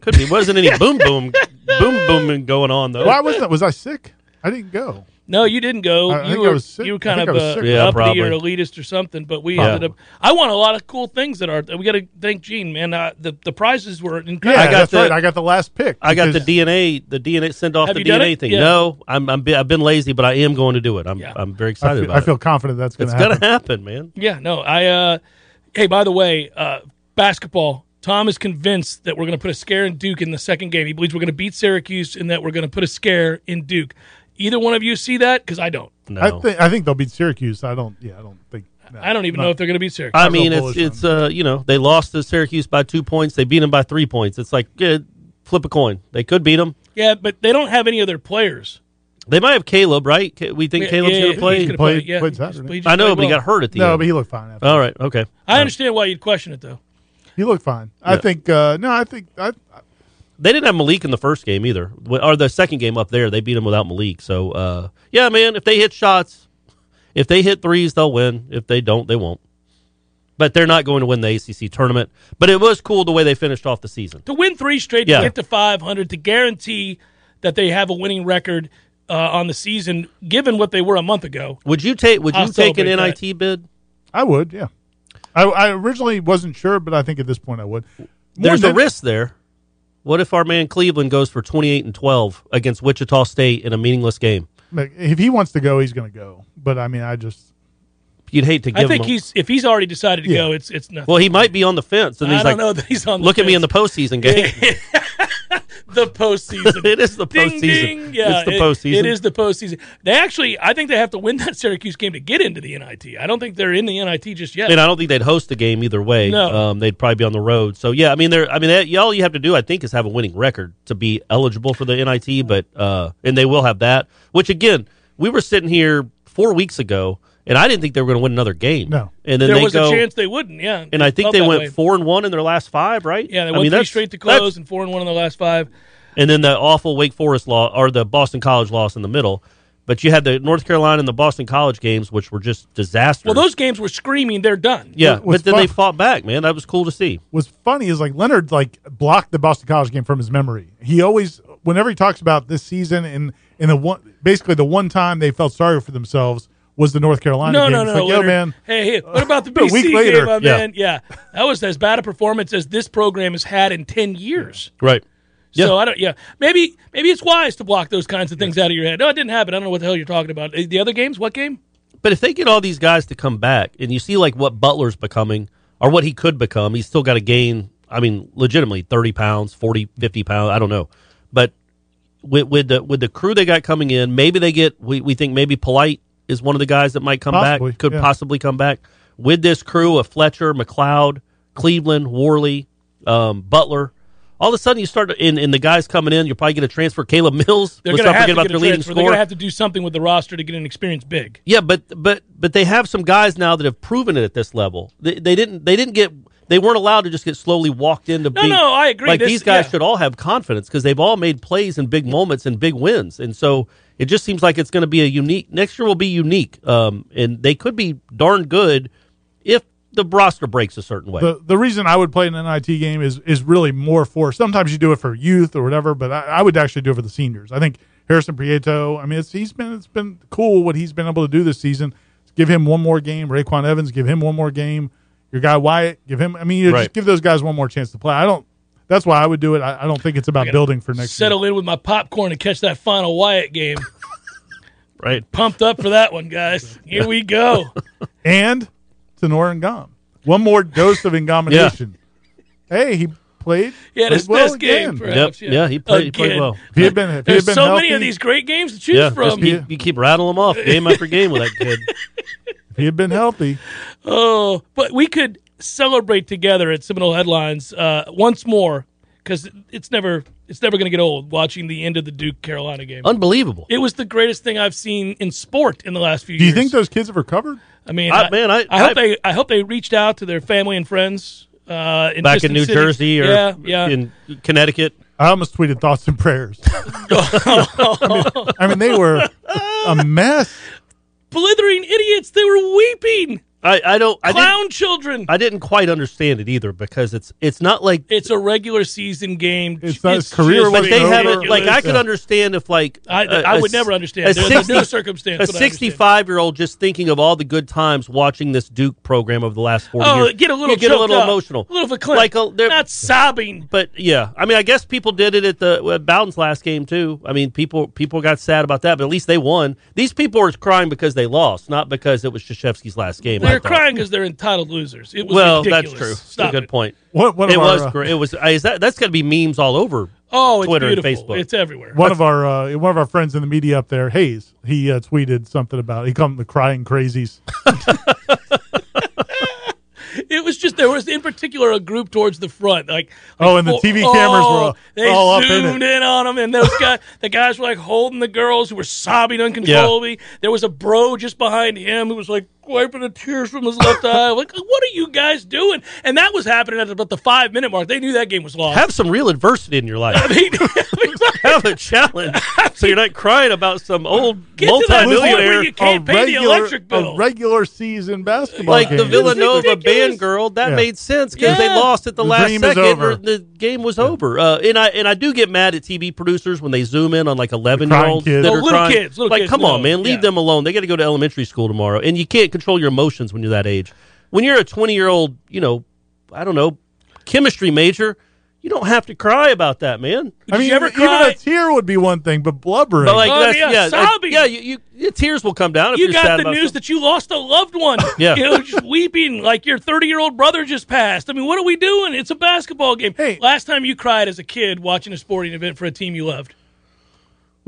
[SPEAKER 4] could be. Wasn't any boom boom boom booming going on though.
[SPEAKER 3] Why wasn't? Was I sick? I didn't go.
[SPEAKER 2] no, you didn't go.
[SPEAKER 3] I- I
[SPEAKER 2] you
[SPEAKER 3] think I
[SPEAKER 2] were
[SPEAKER 3] was sick.
[SPEAKER 2] you were
[SPEAKER 3] I
[SPEAKER 2] kind
[SPEAKER 3] think I
[SPEAKER 2] of
[SPEAKER 3] was
[SPEAKER 2] uh,
[SPEAKER 3] sick.
[SPEAKER 4] Yeah,
[SPEAKER 2] uppity or
[SPEAKER 4] probably.
[SPEAKER 2] elitist or something. But we
[SPEAKER 4] Probably.
[SPEAKER 2] ended up. I won a lot of cool things that are. We got to thank Gene, man. Uh, the the prizes were
[SPEAKER 3] Yeah,
[SPEAKER 2] incredible.
[SPEAKER 4] got
[SPEAKER 3] that's
[SPEAKER 4] the-
[SPEAKER 3] right. I got the last pick.
[SPEAKER 4] I got the
[SPEAKER 3] because-
[SPEAKER 4] DNA. The DNA send off
[SPEAKER 2] Have
[SPEAKER 4] the
[SPEAKER 2] you done
[SPEAKER 4] DNA
[SPEAKER 2] it?
[SPEAKER 4] thing.
[SPEAKER 2] Yeah.
[SPEAKER 4] No, I'm, I'm be- I've been lazy, but I am going to do it. I'm
[SPEAKER 2] Yeah.
[SPEAKER 4] I'm very
[SPEAKER 3] I
[SPEAKER 4] excited
[SPEAKER 3] feel,
[SPEAKER 4] about
[SPEAKER 3] I feel
[SPEAKER 4] it.
[SPEAKER 3] confident that's going
[SPEAKER 4] It's
[SPEAKER 3] to happen.
[SPEAKER 4] gonna happen, man.
[SPEAKER 2] Yeah, no, I. uh Hey, by the way, uh basketball. Tom is convinced that we're going to put a scare in Duke in the second game. He believes we're going to beat Syracuse and that we're going to put a scare in Duke. Either one of you see that? Because I don't.
[SPEAKER 4] No.
[SPEAKER 3] I think I think they'll beat Syracuse. I don't. Yeah, I don't think. no,
[SPEAKER 2] I don't even
[SPEAKER 3] no.
[SPEAKER 2] know if they're going to beat Syracuse.
[SPEAKER 4] I
[SPEAKER 3] real
[SPEAKER 4] mean, it's
[SPEAKER 3] bullish
[SPEAKER 4] it's uh, you know they lost to Syracuse by two points. They beat them by three points. It's like eh, flip a coin. They could beat them.
[SPEAKER 2] yeah, but they don't have any other players.
[SPEAKER 4] They might have Caleb, right? Ca- We think
[SPEAKER 2] Yeah,
[SPEAKER 4] Caleb's
[SPEAKER 2] yeah,
[SPEAKER 4] going
[SPEAKER 2] yeah,
[SPEAKER 4] to play.
[SPEAKER 2] he's gonna
[SPEAKER 3] Played-
[SPEAKER 2] Yeah,
[SPEAKER 3] played
[SPEAKER 2] he just-
[SPEAKER 3] Saturday.
[SPEAKER 2] he just
[SPEAKER 4] I know,
[SPEAKER 2] played
[SPEAKER 4] but he
[SPEAKER 2] well.
[SPEAKER 4] got hurt at the
[SPEAKER 3] No,
[SPEAKER 4] end.
[SPEAKER 3] but he looked fine. After.
[SPEAKER 4] All right, okay.
[SPEAKER 2] I understand why you'd question it though.
[SPEAKER 3] He looked fine. I think. Uh, no, I think. I,
[SPEAKER 4] They didn't have Malik in the first game either, W- or the second game up there. They beat him without Malik. So uh, yeah, man, if they hit shots, if they hit threes, they'll win. If they don't, they won't. But they're not going to win the ACC tournament. But it was cool the way they finished off the season.
[SPEAKER 2] To win three straight,
[SPEAKER 4] Yeah.
[SPEAKER 2] to get to five hundred, to guarantee that they have a winning record uh, on the season, given what they were a month ago.
[SPEAKER 4] Would you take? Would you
[SPEAKER 2] I'll
[SPEAKER 4] take an
[SPEAKER 2] celebrate that.
[SPEAKER 4] NIT bid?
[SPEAKER 3] I would. Yeah. I, I originally wasn't sure, but I think at this point I would. More
[SPEAKER 4] There's a
[SPEAKER 3] than-
[SPEAKER 4] risk there. What if our man Cleveland goes for 28 and 12 against Wichita State in a meaningless game?
[SPEAKER 3] Like, If he wants to go, he's going to go. But I mean, I just.
[SPEAKER 4] You'd hate to give
[SPEAKER 2] I think
[SPEAKER 4] him. a-
[SPEAKER 2] he's if he's already decided to
[SPEAKER 3] Yeah.
[SPEAKER 2] go, it's it's nothing.
[SPEAKER 4] well, he might be on the fence, and
[SPEAKER 2] I
[SPEAKER 4] he's
[SPEAKER 2] don't
[SPEAKER 4] like,
[SPEAKER 2] know that he's on.
[SPEAKER 4] "Look at me in the
[SPEAKER 2] fence.
[SPEAKER 4] postseason game."
[SPEAKER 2] the postseason.
[SPEAKER 4] It is the
[SPEAKER 2] Ding,
[SPEAKER 4] postseason.
[SPEAKER 2] ding. Yeah,
[SPEAKER 4] It's the
[SPEAKER 2] it-
[SPEAKER 4] postseason.
[SPEAKER 2] It is the postseason. They actually, I think they have to win that Syracuse game to get into the NIT. I don't think they're in the NIT just yet.
[SPEAKER 4] and I don't think they'd host the game either way.
[SPEAKER 2] No.
[SPEAKER 4] Um, they'd probably be on the road. So yeah, I mean, they're, I mean, that, all you have to do, I think, is have a winning record to be eligible for the NIT. But uh, and they will have that. Which again, we were sitting here four weeks ago, and I didn't think they were going to win another game.
[SPEAKER 3] No.
[SPEAKER 4] and then
[SPEAKER 2] there
[SPEAKER 4] they
[SPEAKER 2] was
[SPEAKER 4] go,
[SPEAKER 2] a chance they wouldn't. Yeah,
[SPEAKER 4] and I
[SPEAKER 2] It
[SPEAKER 4] think
[SPEAKER 2] felt
[SPEAKER 4] they
[SPEAKER 2] that
[SPEAKER 4] went
[SPEAKER 2] way.
[SPEAKER 4] four and one in their last five, right?
[SPEAKER 2] Yeah, they
[SPEAKER 4] I
[SPEAKER 2] went
[SPEAKER 4] mean,
[SPEAKER 2] three
[SPEAKER 4] that's-
[SPEAKER 2] straight to
[SPEAKER 4] that's-
[SPEAKER 2] close and four and one in the last five.
[SPEAKER 4] and then the awful Wake Forest law or the Boston College loss in the middle. But you had the North Carolina and the Boston College games, which were just disasters.
[SPEAKER 2] Well, those games were screaming, "They're done."
[SPEAKER 4] yeah,
[SPEAKER 3] What- what's
[SPEAKER 4] but then they
[SPEAKER 3] fun-
[SPEAKER 4] fought back, man. That was cool to see.
[SPEAKER 3] What's funny is like Leonard like blocked the Boston College game from his memory. He always, whenever he talks about this season and and the one basically the one time they felt sorry for themselves was the North Carolina
[SPEAKER 2] No,
[SPEAKER 3] game.
[SPEAKER 2] no,
[SPEAKER 3] It's
[SPEAKER 2] no,
[SPEAKER 3] like, yo,
[SPEAKER 2] Leonard.
[SPEAKER 3] man,
[SPEAKER 2] Hey, hey, what about the
[SPEAKER 3] A
[SPEAKER 2] BC
[SPEAKER 3] week
[SPEAKER 2] game,
[SPEAKER 3] later.
[SPEAKER 2] my
[SPEAKER 4] Yeah.
[SPEAKER 2] man? Yeah, that was as bad a performance as this program has had in ten years.
[SPEAKER 4] Right.
[SPEAKER 2] So
[SPEAKER 4] Yeah.
[SPEAKER 2] I don't. Yeah, maybe maybe it's wise to block those kinds of things out of your head. No, it didn't happen. I don't know what the hell you're talking about. The other games, what game?
[SPEAKER 4] But if they get all these guys to come back, and you see like what Butler's becoming or what he could become, he's still got to gain. I mean, legitimately, thirty pounds, 40, 50 pounds. I don't know, but with with the with the crew they got coming in, maybe they get. We, we think maybe polite is one of the guys that might come
[SPEAKER 3] Possibly,
[SPEAKER 4] back. Could
[SPEAKER 3] yeah.
[SPEAKER 4] possibly come back with this crew of Fletcher, McLeod, Cleveland, Worley, um, Butler. All of a sudden, you start in, and the guys coming in. You'll probably get a transfer. Caleb Mills.
[SPEAKER 2] They're
[SPEAKER 4] Let's
[SPEAKER 2] going to
[SPEAKER 4] not
[SPEAKER 2] have to
[SPEAKER 4] forget
[SPEAKER 2] get
[SPEAKER 4] about
[SPEAKER 2] a
[SPEAKER 4] their leading
[SPEAKER 2] transfer. They're going
[SPEAKER 4] scorer.
[SPEAKER 2] to have to do something with the roster to get an experience big.
[SPEAKER 4] Yeah, but but but they have some guys now that have proven it at this level. They, they didn't they didn't get they weren't allowed to just get slowly walked into.
[SPEAKER 2] No, no, I agree.
[SPEAKER 4] Like
[SPEAKER 2] This-
[SPEAKER 4] these guys
[SPEAKER 2] yeah.
[SPEAKER 4] should all have confidence because they've all made plays in big moments and big wins, and so it just seems like it's going to be a unique. Next year will be unique, um, and they could be darn good if the roster breaks a certain way.
[SPEAKER 3] the the reason I would play an NIT game is is really more for sometimes you do it for youth or whatever, but I, I would actually do it for the seniors. I think Harrison Prieto. I mean, it's, he's been it's been cool what he's been able to do this season. Give him one more game. Raquan Evans, give him one more game. Your guy Wyatt, give him. I mean, you know,
[SPEAKER 4] Right.
[SPEAKER 3] just give those guys one more chance to play. I don't. That's why I would do it. I, I don't think it's about building for next year.
[SPEAKER 2] Settle in with my popcorn and catch that final Wyatt game.
[SPEAKER 4] right?
[SPEAKER 2] Pumped up for that one, guys. Here we go.
[SPEAKER 3] And Tenor and Gom. One more dose of ingomination. Hey, he played.
[SPEAKER 2] Yeah,
[SPEAKER 3] played
[SPEAKER 2] his
[SPEAKER 3] well
[SPEAKER 2] best game.
[SPEAKER 3] again.
[SPEAKER 4] Yep.
[SPEAKER 2] Perhaps,
[SPEAKER 4] Yeah, he played- he played
[SPEAKER 2] Again.
[SPEAKER 4] well.
[SPEAKER 3] If he had been, if he had
[SPEAKER 2] There's
[SPEAKER 3] been
[SPEAKER 2] so many
[SPEAKER 3] healthy-
[SPEAKER 2] of these great games to choose
[SPEAKER 4] Yeah, just
[SPEAKER 2] from.
[SPEAKER 4] keep, you keep rattling them off game after game with that kid.
[SPEAKER 3] if he had been healthy.
[SPEAKER 2] Oh, but we could celebrate together at Seminole Headlines uh, once more because it's never it's never going to get old watching the end of the Duke Carolina game.
[SPEAKER 4] Unbelievable.
[SPEAKER 2] it was the greatest thing I've seen in sport in the last few
[SPEAKER 3] Do you
[SPEAKER 2] years.
[SPEAKER 3] think those kids have recovered?
[SPEAKER 2] I mean,
[SPEAKER 4] I- man, I-
[SPEAKER 2] hope
[SPEAKER 4] I-
[SPEAKER 2] they I hope they reached out to their family and friends uh, in
[SPEAKER 4] Back in
[SPEAKER 2] distant
[SPEAKER 4] New
[SPEAKER 2] cities.
[SPEAKER 4] Jersey or
[SPEAKER 2] yeah, yeah.
[SPEAKER 4] in Connecticut.
[SPEAKER 3] I almost tweeted thoughts and prayers. I, mean, I mean, they were a mess.
[SPEAKER 2] blithering idiots. They were weeping
[SPEAKER 4] I, I don't I didn't,
[SPEAKER 2] clown children.
[SPEAKER 4] I didn't quite understand it either because it's it's not like
[SPEAKER 2] it's a regular season game.
[SPEAKER 3] It's not his career
[SPEAKER 2] just
[SPEAKER 3] wasn't
[SPEAKER 4] but they
[SPEAKER 3] over.
[SPEAKER 4] haven't like I could
[SPEAKER 3] Yeah.
[SPEAKER 4] understand if like
[SPEAKER 2] I-
[SPEAKER 4] a-
[SPEAKER 2] I
[SPEAKER 4] a
[SPEAKER 2] would
[SPEAKER 4] s-
[SPEAKER 2] never understand. There's no circumstance
[SPEAKER 4] a
[SPEAKER 2] that I understand.
[SPEAKER 4] sixty five year old just thinking of all the good times watching this Duke program over the last forty
[SPEAKER 2] Oh,
[SPEAKER 4] years.
[SPEAKER 2] get a little
[SPEAKER 4] you get a
[SPEAKER 2] choked
[SPEAKER 4] little
[SPEAKER 2] up,
[SPEAKER 4] emotional,
[SPEAKER 2] a little of a clip.
[SPEAKER 4] like a, they're-
[SPEAKER 2] not sobbing.
[SPEAKER 4] But yeah, I mean, I guess people did it at the at Bowden's last game too. I mean, people people got sad about that, but at least they won. These people are crying because they lost, not because it was Shashevsky's last game. I
[SPEAKER 2] They're
[SPEAKER 4] thought.
[SPEAKER 2] crying because they're entitled losers. It was
[SPEAKER 4] Well,
[SPEAKER 2] ridiculous.
[SPEAKER 4] that's true.
[SPEAKER 2] Stop
[SPEAKER 4] That's a good
[SPEAKER 2] it.
[SPEAKER 4] point.
[SPEAKER 3] What- one of
[SPEAKER 4] it
[SPEAKER 3] our,
[SPEAKER 4] was
[SPEAKER 3] uh,
[SPEAKER 4] great. It was. Is that that's going to be memes all over.
[SPEAKER 2] Oh, it's
[SPEAKER 4] Twitter and
[SPEAKER 2] beautiful.
[SPEAKER 4] Facebook.
[SPEAKER 2] It's everywhere.
[SPEAKER 3] One of our uh, one of our friends in the media up there, Hayes, he uh, tweeted something about he called them the crying crazies.
[SPEAKER 2] It was just there was in particular a group towards the front, like, like
[SPEAKER 3] Oh, and the
[SPEAKER 2] four-
[SPEAKER 3] TV cameras were all-
[SPEAKER 2] they
[SPEAKER 3] all up in
[SPEAKER 2] zoomed in, on them, and those guys, the guys were like holding the girls who were sobbing uncontrollably. There was a bro just behind him who was like wiping the tears from his left eye. Like, what are you guys doing? And that was happening at about the five minute mark. They knew that game was lost.
[SPEAKER 4] Have some real adversity in your life.
[SPEAKER 2] I mean, I mean,
[SPEAKER 4] Have a challenge, so you're not crying about some old
[SPEAKER 2] Get to that point where
[SPEAKER 4] multimillionaire.
[SPEAKER 2] you can't pay the electric bill.
[SPEAKER 3] a regular season basketball
[SPEAKER 4] Like the
[SPEAKER 3] game.
[SPEAKER 4] Villanova
[SPEAKER 2] ridiculous.
[SPEAKER 4] band girl, that
[SPEAKER 3] Yeah.
[SPEAKER 4] made sense because they
[SPEAKER 2] Yeah.
[SPEAKER 4] lost at the,
[SPEAKER 3] The
[SPEAKER 4] last
[SPEAKER 3] dream is
[SPEAKER 4] second.
[SPEAKER 3] over.
[SPEAKER 4] Or the game was over, uh, and I and I do get mad at TV producers when they zoom in on like eleven year olds
[SPEAKER 3] kids.
[SPEAKER 4] that
[SPEAKER 3] Oh,
[SPEAKER 4] are
[SPEAKER 2] little
[SPEAKER 4] crying.
[SPEAKER 2] kids, little
[SPEAKER 4] like,
[SPEAKER 2] kids,
[SPEAKER 4] come
[SPEAKER 2] no.
[SPEAKER 4] on, man, leave
[SPEAKER 2] Yeah.
[SPEAKER 4] them alone. They got to go to elementary school tomorrow, and you can't control your emotions when you're that age. When you're a twenty year old, you know, I don't know, chemistry major, you don't have to cry about that, man.
[SPEAKER 3] I mean,
[SPEAKER 2] you ever
[SPEAKER 3] even a
[SPEAKER 2] cry?
[SPEAKER 3] tear would be one thing, but blubbering.
[SPEAKER 4] But like,
[SPEAKER 2] Oh,
[SPEAKER 4] that's,
[SPEAKER 2] yeah,
[SPEAKER 4] yeah, like,
[SPEAKER 2] sobbing.
[SPEAKER 4] yeah, you, you, your tears will come down if
[SPEAKER 2] you
[SPEAKER 4] are
[SPEAKER 2] got
[SPEAKER 4] sad
[SPEAKER 2] the
[SPEAKER 4] about
[SPEAKER 2] news
[SPEAKER 4] something.
[SPEAKER 2] that you lost a loved one.
[SPEAKER 4] Yeah.
[SPEAKER 2] You know, just weeping like your 30 year old brother just passed. I mean, what are we doing? It's a basketball game.
[SPEAKER 3] Hey.
[SPEAKER 2] Last time you cried as a kid watching a sporting event for a team you loved.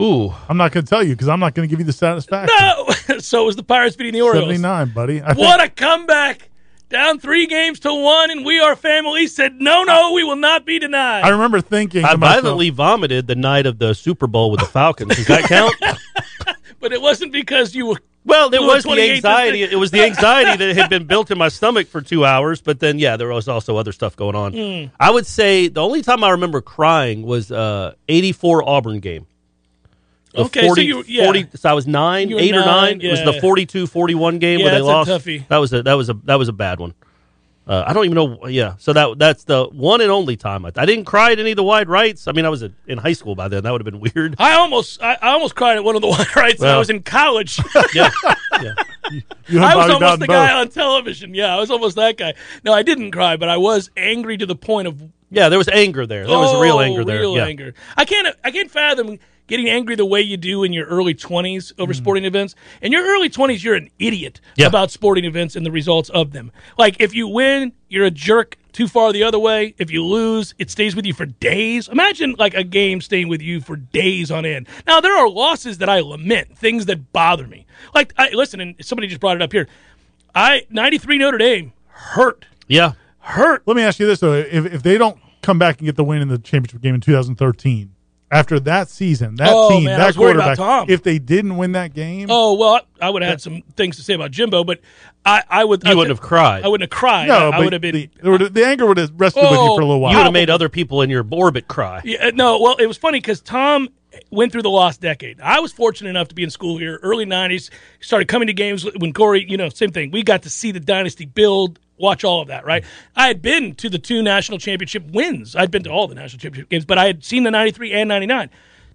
[SPEAKER 4] Ooh,
[SPEAKER 3] I'm not going to tell you because I'm not going to give you the satisfaction.
[SPEAKER 2] No. so it was the Pirates beating the Orioles.
[SPEAKER 3] Seventy nine, buddy. I think-
[SPEAKER 2] What a comeback. Down three games to one, and we are family said, no, no, we will not be denied.
[SPEAKER 3] I remember thinking.
[SPEAKER 4] I
[SPEAKER 3] to myself,
[SPEAKER 4] violently vomited the night of the Super Bowl with the Falcons. Does that count?
[SPEAKER 2] but it wasn't because you were.
[SPEAKER 4] Well, it
[SPEAKER 2] Blew a
[SPEAKER 4] was the
[SPEAKER 2] 28 to
[SPEAKER 4] anxiety.
[SPEAKER 2] six.
[SPEAKER 4] It was the anxiety that had been built in my stomach for two hours. But then, yeah, there was also other stuff going on.
[SPEAKER 2] Mm.
[SPEAKER 4] I would say the only time I remember crying was uh, '84 Auburn game. The
[SPEAKER 2] Okay, so you- yeah.
[SPEAKER 4] 40 so I was nine,
[SPEAKER 2] You were
[SPEAKER 4] eight or nine.
[SPEAKER 2] nine,
[SPEAKER 4] It was the
[SPEAKER 2] yeah.
[SPEAKER 4] 42-41 game
[SPEAKER 2] Yeah,
[SPEAKER 4] where they
[SPEAKER 2] that's
[SPEAKER 4] lost.
[SPEAKER 2] a toughie.
[SPEAKER 4] That was a that was a that was a bad one. Uh, I don't even know. Yeah, so that that's the one and only time I, I didn't cry at any of the wide rights. I mean, I was a, in high school by then. That would have been weird.
[SPEAKER 2] I almost, I, I almost cried at one of the wide rights. when I
[SPEAKER 4] Well.
[SPEAKER 2] was in college.
[SPEAKER 4] Yeah, yeah.
[SPEAKER 3] you and
[SPEAKER 2] I was
[SPEAKER 3] Bobby
[SPEAKER 2] almost the
[SPEAKER 3] Bowden both.
[SPEAKER 2] guy on television. Yeah, I was almost that guy. No, I didn't cry, but I was angry to the point of
[SPEAKER 4] yeah. There was anger there. There was real
[SPEAKER 2] oh,
[SPEAKER 4] anger there.
[SPEAKER 2] Real
[SPEAKER 4] yeah.
[SPEAKER 2] anger. I can't. I can't fathom getting angry the way you do in your early twenties over sporting events. In your early twenties, you're an idiot
[SPEAKER 4] Mm-hmm. Yeah.
[SPEAKER 2] about sporting events and the results of them. Like if you win, you're a jerk too far the other way. If you lose, it stays with you for days. Imagine like a game staying with you for days on end. Now there are losses that I lament, things that bother me. Like I, listen, and somebody just brought it up here. I ninety three Notre Dame hurt
[SPEAKER 4] Yeah.
[SPEAKER 2] hurt.
[SPEAKER 3] Let me ask you this though: if, if they don't come back and get the win in the championship game in 2013. After that season, that
[SPEAKER 2] Oh,
[SPEAKER 3] team,
[SPEAKER 2] man, I
[SPEAKER 3] that
[SPEAKER 2] was worried
[SPEAKER 3] quarterback,
[SPEAKER 2] about Tom.
[SPEAKER 3] if they didn't win that game,
[SPEAKER 2] Oh well, I, I would have had some things to say about Jimbo, but I, I would.
[SPEAKER 4] You
[SPEAKER 2] I
[SPEAKER 4] wouldn't have cried.
[SPEAKER 2] I wouldn't have cried.
[SPEAKER 3] no,
[SPEAKER 2] I, I
[SPEAKER 3] but
[SPEAKER 2] would have been.
[SPEAKER 3] the, there would- the anger would have rested with you
[SPEAKER 2] Oh,
[SPEAKER 3] for a little while.
[SPEAKER 4] You would have made other people in your orbit cry.
[SPEAKER 2] Yeah, uh, no, well, it was funny because Tom went through the lost decade. I was fortunate enough to be in school here, early '90s. Started coming to games when Corey, you know, same thing. We got to see the dynasty build, watch all of that. Right? I had been to the two national championship wins. I'd been to all the national championship games, but I had seen the '93 and '99.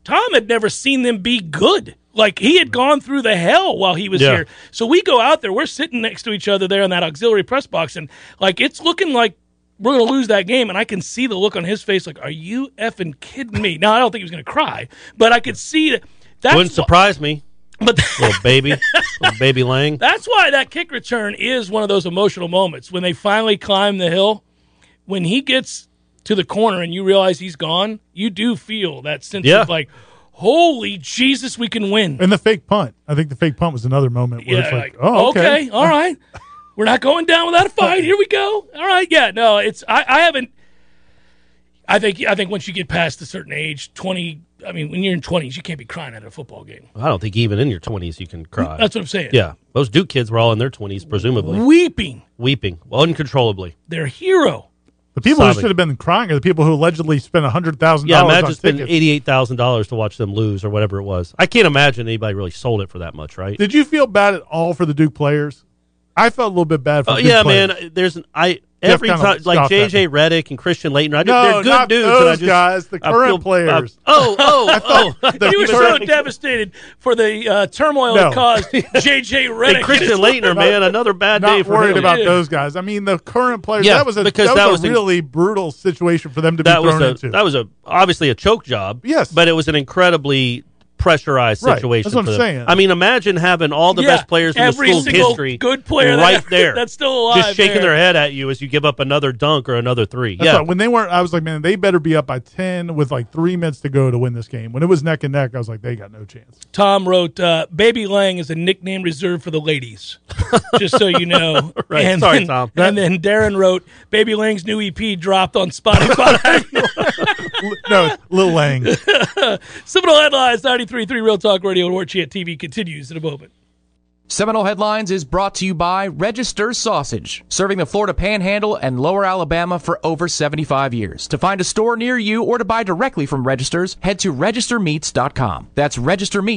[SPEAKER 2] Tom had never seen them be good. Like he had gone through the hell while he was
[SPEAKER 4] Yeah.
[SPEAKER 2] here. So we go out there, we're sitting next to each other there in that auxiliary press box, and like it's looking like we're going to lose that game. And I can see the look on his face, like, are you effing kidding me? Now I don't think he was going to cry, but I could see that. That's
[SPEAKER 4] Wouldn't
[SPEAKER 2] wh-
[SPEAKER 4] surprise me,
[SPEAKER 2] but
[SPEAKER 4] little baby, little baby Lang.
[SPEAKER 2] that's why that kick return is one of those emotional moments when they finally climb the hill. When he gets to the corner and you realize he's gone, you do feel that sense
[SPEAKER 4] Yeah.
[SPEAKER 2] of like, holy Jesus, we can win.
[SPEAKER 3] and the fake punt. I think the fake punt was another moment where it's like, oh, okay.
[SPEAKER 2] all right. We're not going down without a fight. Here we go. All right, yeah, no, it's I, I haven't. I think I think once you get past a certain age, twenty. I mean, when you're in twenties, you can't be crying at a football game.
[SPEAKER 4] I don't think even in your twenties you can cry.
[SPEAKER 2] That's what I'm saying.
[SPEAKER 4] yeah, those Duke kids were all in their twenties, presumably
[SPEAKER 2] weeping
[SPEAKER 4] weeping uncontrollably.
[SPEAKER 2] their hero.
[SPEAKER 3] The people who
[SPEAKER 4] Sobbing.
[SPEAKER 3] should have been crying are the people who allegedly spent hundred thousand
[SPEAKER 4] Yeah,
[SPEAKER 3] dollars on
[SPEAKER 4] imagine spending
[SPEAKER 3] tickets.
[SPEAKER 4] eighty-eight thousand dollars to watch them lose or whatever it was. I can't imagine anybody really sold it for that much, right?
[SPEAKER 3] Did you feel bad at all for the Duke players? I felt a little bit bad for.
[SPEAKER 2] Uh,
[SPEAKER 4] Oh
[SPEAKER 3] the Duke
[SPEAKER 4] yeah,
[SPEAKER 3] players.
[SPEAKER 4] man. There's an I every
[SPEAKER 3] kinda
[SPEAKER 4] time like
[SPEAKER 3] scoffed at me.
[SPEAKER 4] JJ Reddick and Christian Leighton. I just,
[SPEAKER 3] No,
[SPEAKER 4] they're good
[SPEAKER 3] not
[SPEAKER 4] dudes.
[SPEAKER 3] those
[SPEAKER 4] and I just,
[SPEAKER 3] guys, the
[SPEAKER 4] I
[SPEAKER 3] current
[SPEAKER 4] feel- I-
[SPEAKER 3] players.
[SPEAKER 4] oh, oh, oh.
[SPEAKER 3] The
[SPEAKER 2] you were so
[SPEAKER 3] current-
[SPEAKER 2] devastated for the uh, turmoil
[SPEAKER 3] No.
[SPEAKER 2] it caused JJ Redick.
[SPEAKER 4] and Christian Leitner, man, another bad day
[SPEAKER 3] Not
[SPEAKER 4] for
[SPEAKER 3] worried
[SPEAKER 4] him.
[SPEAKER 3] about
[SPEAKER 2] Yeah.
[SPEAKER 3] those guys. I mean, the current players.
[SPEAKER 4] Yeah,
[SPEAKER 3] that was a
[SPEAKER 4] because
[SPEAKER 3] that was,
[SPEAKER 4] that
[SPEAKER 3] a
[SPEAKER 4] was the-
[SPEAKER 3] really brutal situation for them to
[SPEAKER 4] that
[SPEAKER 3] be
[SPEAKER 4] was
[SPEAKER 3] thrown
[SPEAKER 4] a
[SPEAKER 3] into.
[SPEAKER 4] that was a obviously a choke job.
[SPEAKER 3] Yes.
[SPEAKER 4] but it was an incredibly pressurized
[SPEAKER 3] Right.
[SPEAKER 4] situation.
[SPEAKER 3] That's what I'm
[SPEAKER 4] for them.
[SPEAKER 3] saying.
[SPEAKER 4] I mean, imagine having all the
[SPEAKER 2] Yeah.
[SPEAKER 4] best players in
[SPEAKER 2] Every
[SPEAKER 4] the school's
[SPEAKER 2] single
[SPEAKER 4] history,
[SPEAKER 2] good player that-
[SPEAKER 4] right there,
[SPEAKER 2] that's still alive
[SPEAKER 4] just shaking
[SPEAKER 2] there.
[SPEAKER 4] their head at you as you give up another dunk or another three.
[SPEAKER 3] That's
[SPEAKER 4] yeah,
[SPEAKER 3] why when they weren't, I was like, man, they better be up by ten with like three minutes to go to win this game. When it was neck and neck, I was like, they got no chance.
[SPEAKER 2] Tom wrote, uh, "Baby Lang is a nickname reserved for the ladies." Just so you know,
[SPEAKER 4] Right. Sorry,
[SPEAKER 2] then,
[SPEAKER 4] Tom.
[SPEAKER 2] And then Darren wrote, "Baby Lang's new EP dropped on Spotify."
[SPEAKER 3] L- no, Lil Lang.
[SPEAKER 2] Seminole headlines: 93.3 Real Talk Radio and War Chant TV continues in a moment.
[SPEAKER 5] Seminole Headlines is brought to you by Register Sausage, serving the Florida Panhandle and Lower Alabama for over 75 years. To find a store near you or to buy directly from Registers, head to registermeats.com. That's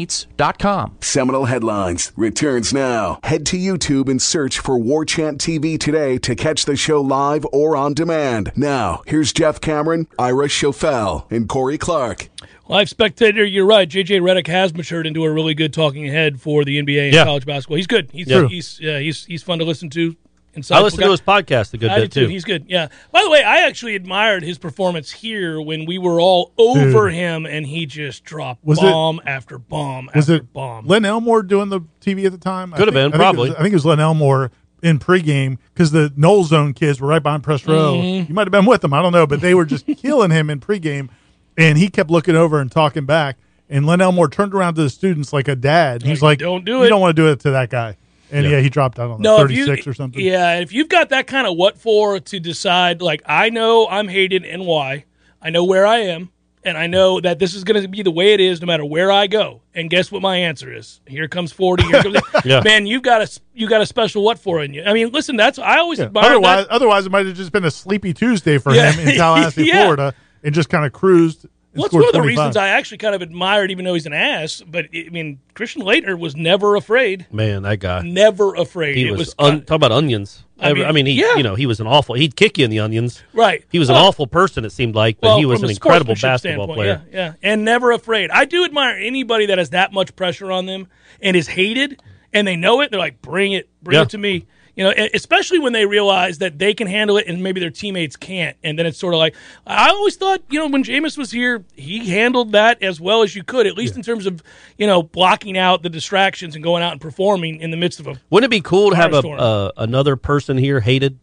[SPEAKER 5] registermeats.com.
[SPEAKER 1] Seminole Headlines returns now. Head to YouTube and search for War Chant TV today to catch the show live or on demand. Now, here's Jeff Cameron, Ira Schofel, and Corey Clark.
[SPEAKER 2] Live spectator, you're right. JJ Redick has matured into a really good talking head for the NBA and
[SPEAKER 4] Yeah.
[SPEAKER 2] college basketball. He's good. He's
[SPEAKER 4] Yeah.
[SPEAKER 2] he's yeah, he's he's fun to listen to. Insightful
[SPEAKER 4] I listened
[SPEAKER 2] guy.
[SPEAKER 4] to his podcast a good
[SPEAKER 2] I
[SPEAKER 4] bit
[SPEAKER 2] did
[SPEAKER 4] too.
[SPEAKER 2] too. He's good. Yeah. By the way, I actually admired his performance here when we were all over him and he just dropped
[SPEAKER 3] Was it-
[SPEAKER 2] bomb after bomb
[SPEAKER 3] Was
[SPEAKER 2] after
[SPEAKER 3] it
[SPEAKER 2] bomb.
[SPEAKER 3] Len Elmore doing the TV at the time? I
[SPEAKER 4] Could have
[SPEAKER 3] think-
[SPEAKER 4] been,
[SPEAKER 3] I think it
[SPEAKER 4] probably.
[SPEAKER 3] was- I think it was Len Elmore in pregame because the Knoll Zone kids were right behind press row.
[SPEAKER 2] Mm-hmm.
[SPEAKER 3] You might have been with them. I don't know, but they were just killing him in pregame, and he kept looking over and talking back. And Len Elmore turned around to the students like a dad. He's like,
[SPEAKER 2] Like, "Don't do
[SPEAKER 3] You
[SPEAKER 2] it."
[SPEAKER 3] don't want to do it to that guy." And yeah, he dropped out on
[SPEAKER 2] no, if you-
[SPEAKER 3] 36 or something.
[SPEAKER 2] Yeah, if you've got that kind of what for to decide, like I know I'm hated and why, I know where I am, and I know that this is going to be the way it is no matter where I go. And guess what my answer is? Here comes forty. Here comes
[SPEAKER 4] Yeah.
[SPEAKER 2] man. You've got a you got a special what for in you. I mean, listen, that's I always
[SPEAKER 3] Yeah.
[SPEAKER 2] admire that.
[SPEAKER 3] Otherwise, otherwise, it might have just been a sleepy Tuesday for
[SPEAKER 2] Yeah.
[SPEAKER 3] him in Tallahassee,
[SPEAKER 2] Yeah.
[SPEAKER 3] Florida, and just kind of cruised. and
[SPEAKER 2] Well, that's
[SPEAKER 3] scored
[SPEAKER 2] one of the
[SPEAKER 3] 25.
[SPEAKER 2] reasons I actually kind of admired, even though he's an ass. But I mean, Christian Leitner was never afraid.
[SPEAKER 4] man, that guy.
[SPEAKER 2] Never afraid.
[SPEAKER 4] He
[SPEAKER 2] it
[SPEAKER 4] was,
[SPEAKER 2] was
[SPEAKER 4] un- talk about onions.
[SPEAKER 2] I
[SPEAKER 4] Every-
[SPEAKER 2] mean,
[SPEAKER 4] I mean, he
[SPEAKER 2] yeah.
[SPEAKER 4] you know he was an awful. He'd kick you in the onions.
[SPEAKER 2] right.
[SPEAKER 4] He was an
[SPEAKER 2] Well,
[SPEAKER 4] awful person. It seemed like, but
[SPEAKER 2] well,
[SPEAKER 4] he was an
[SPEAKER 2] from a
[SPEAKER 4] incredible
[SPEAKER 2] sportsmanship
[SPEAKER 4] basketball player.
[SPEAKER 2] standpoint, Yeah, yeah, and never afraid. I do admire anybody that has that much pressure on them and is hated, and they know it. They're like, bring it, bring
[SPEAKER 4] Yeah.
[SPEAKER 2] it to me. You know, e- especially when they realize that they can handle it and maybe their teammates can't. And then it's sort of like, I always thought, you know, when Jameis was here, he handled that as well as you could, at least in terms of, you know, blocking out the distractions and going out and performing in the midst of a
[SPEAKER 4] Wouldn't it be cool to have a,
[SPEAKER 2] Firestorm.
[SPEAKER 4] uh, another person here hated?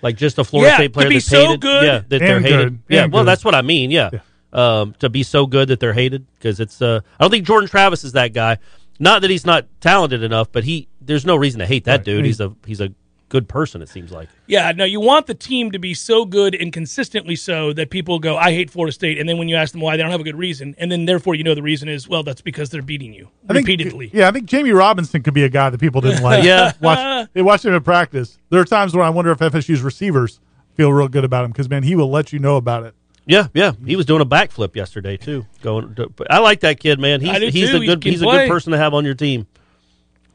[SPEAKER 4] Like just a Florida
[SPEAKER 2] Yeah,
[SPEAKER 4] State player
[SPEAKER 2] to be
[SPEAKER 4] that's
[SPEAKER 2] so
[SPEAKER 4] hated?
[SPEAKER 2] good.
[SPEAKER 4] Yeah, that they're
[SPEAKER 3] And
[SPEAKER 4] hated.
[SPEAKER 3] good,
[SPEAKER 4] Yeah,
[SPEAKER 3] and
[SPEAKER 4] well,
[SPEAKER 3] good.
[SPEAKER 4] that's what I mean. Yeah. Um, to be so good that they're hated because it's. Uh, I don't think Jordan Travis is that guy. Not that he's not talented enough, but he there's no reason to hate that dude. He's a he's a good person. It seems like
[SPEAKER 2] Yeah, no, you want the team to be so good and consistently so that people go, I hate Florida State. And then when you ask them why, they don't have a good reason. And then therefore, you know, the reason is, well, that's because they're beating you
[SPEAKER 3] I think-
[SPEAKER 2] repeatedly.
[SPEAKER 3] yeah, I think Jamie Robinson could be a guy that people didn't like.
[SPEAKER 4] Yeah.
[SPEAKER 3] watch, they watched him at practice. There are times when I wonder if FSU's receivers feel real good about him because man, he will let you know about it.
[SPEAKER 4] yeah, yeah. He was doing a backflip yesterday too. Going, but I like that kid, man. He's
[SPEAKER 2] I do,
[SPEAKER 4] he's
[SPEAKER 2] too.
[SPEAKER 4] a
[SPEAKER 2] He
[SPEAKER 4] good
[SPEAKER 2] can
[SPEAKER 4] he's a
[SPEAKER 2] play.
[SPEAKER 4] good person to have on your team.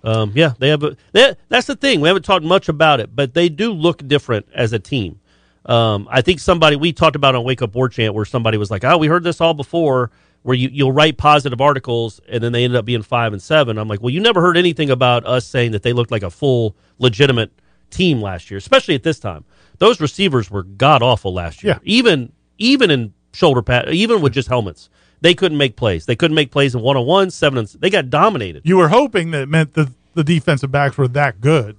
[SPEAKER 4] Um, yeah, they have a they, that's the thing. We haven't talked much about it, but they do look different as a team. Um, I think somebody we talked about on Wake Up War Chant where somebody was like, "Oh, we heard this all before." Where you you'll write positive articles and then they ended up being five and seven. I'm like, well, you never heard anything about us saying that they looked like a full legitimate team last year, especially at this time. Those receivers were god awful last year.
[SPEAKER 3] Yeah.
[SPEAKER 4] Even even in shoulder pad, even with just helmets, they couldn't make plays. They couldn't make plays in one on one, seven and they got dominated.
[SPEAKER 3] You were hoping that it meant that the defensive backs were that good,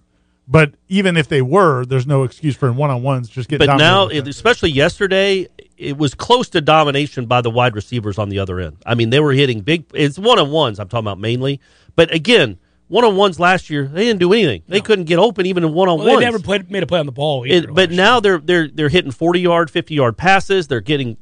[SPEAKER 3] but even if they were, there's no excuse for one on ones just get.
[SPEAKER 4] But now,
[SPEAKER 3] dominated.
[SPEAKER 4] it- especially yesterday, it was close to domination by the wide receivers on the other end. I mean, they were hitting big. It's one on ones I'm talking about mainly. But again, one on ones last year they didn't do anything. They couldn't get open even in one on
[SPEAKER 2] Well, they
[SPEAKER 4] ones.
[SPEAKER 2] never played, made a play on the ball. Either,
[SPEAKER 4] It, but now they're they're they're hitting forty yard, fifty yard passes. They're getting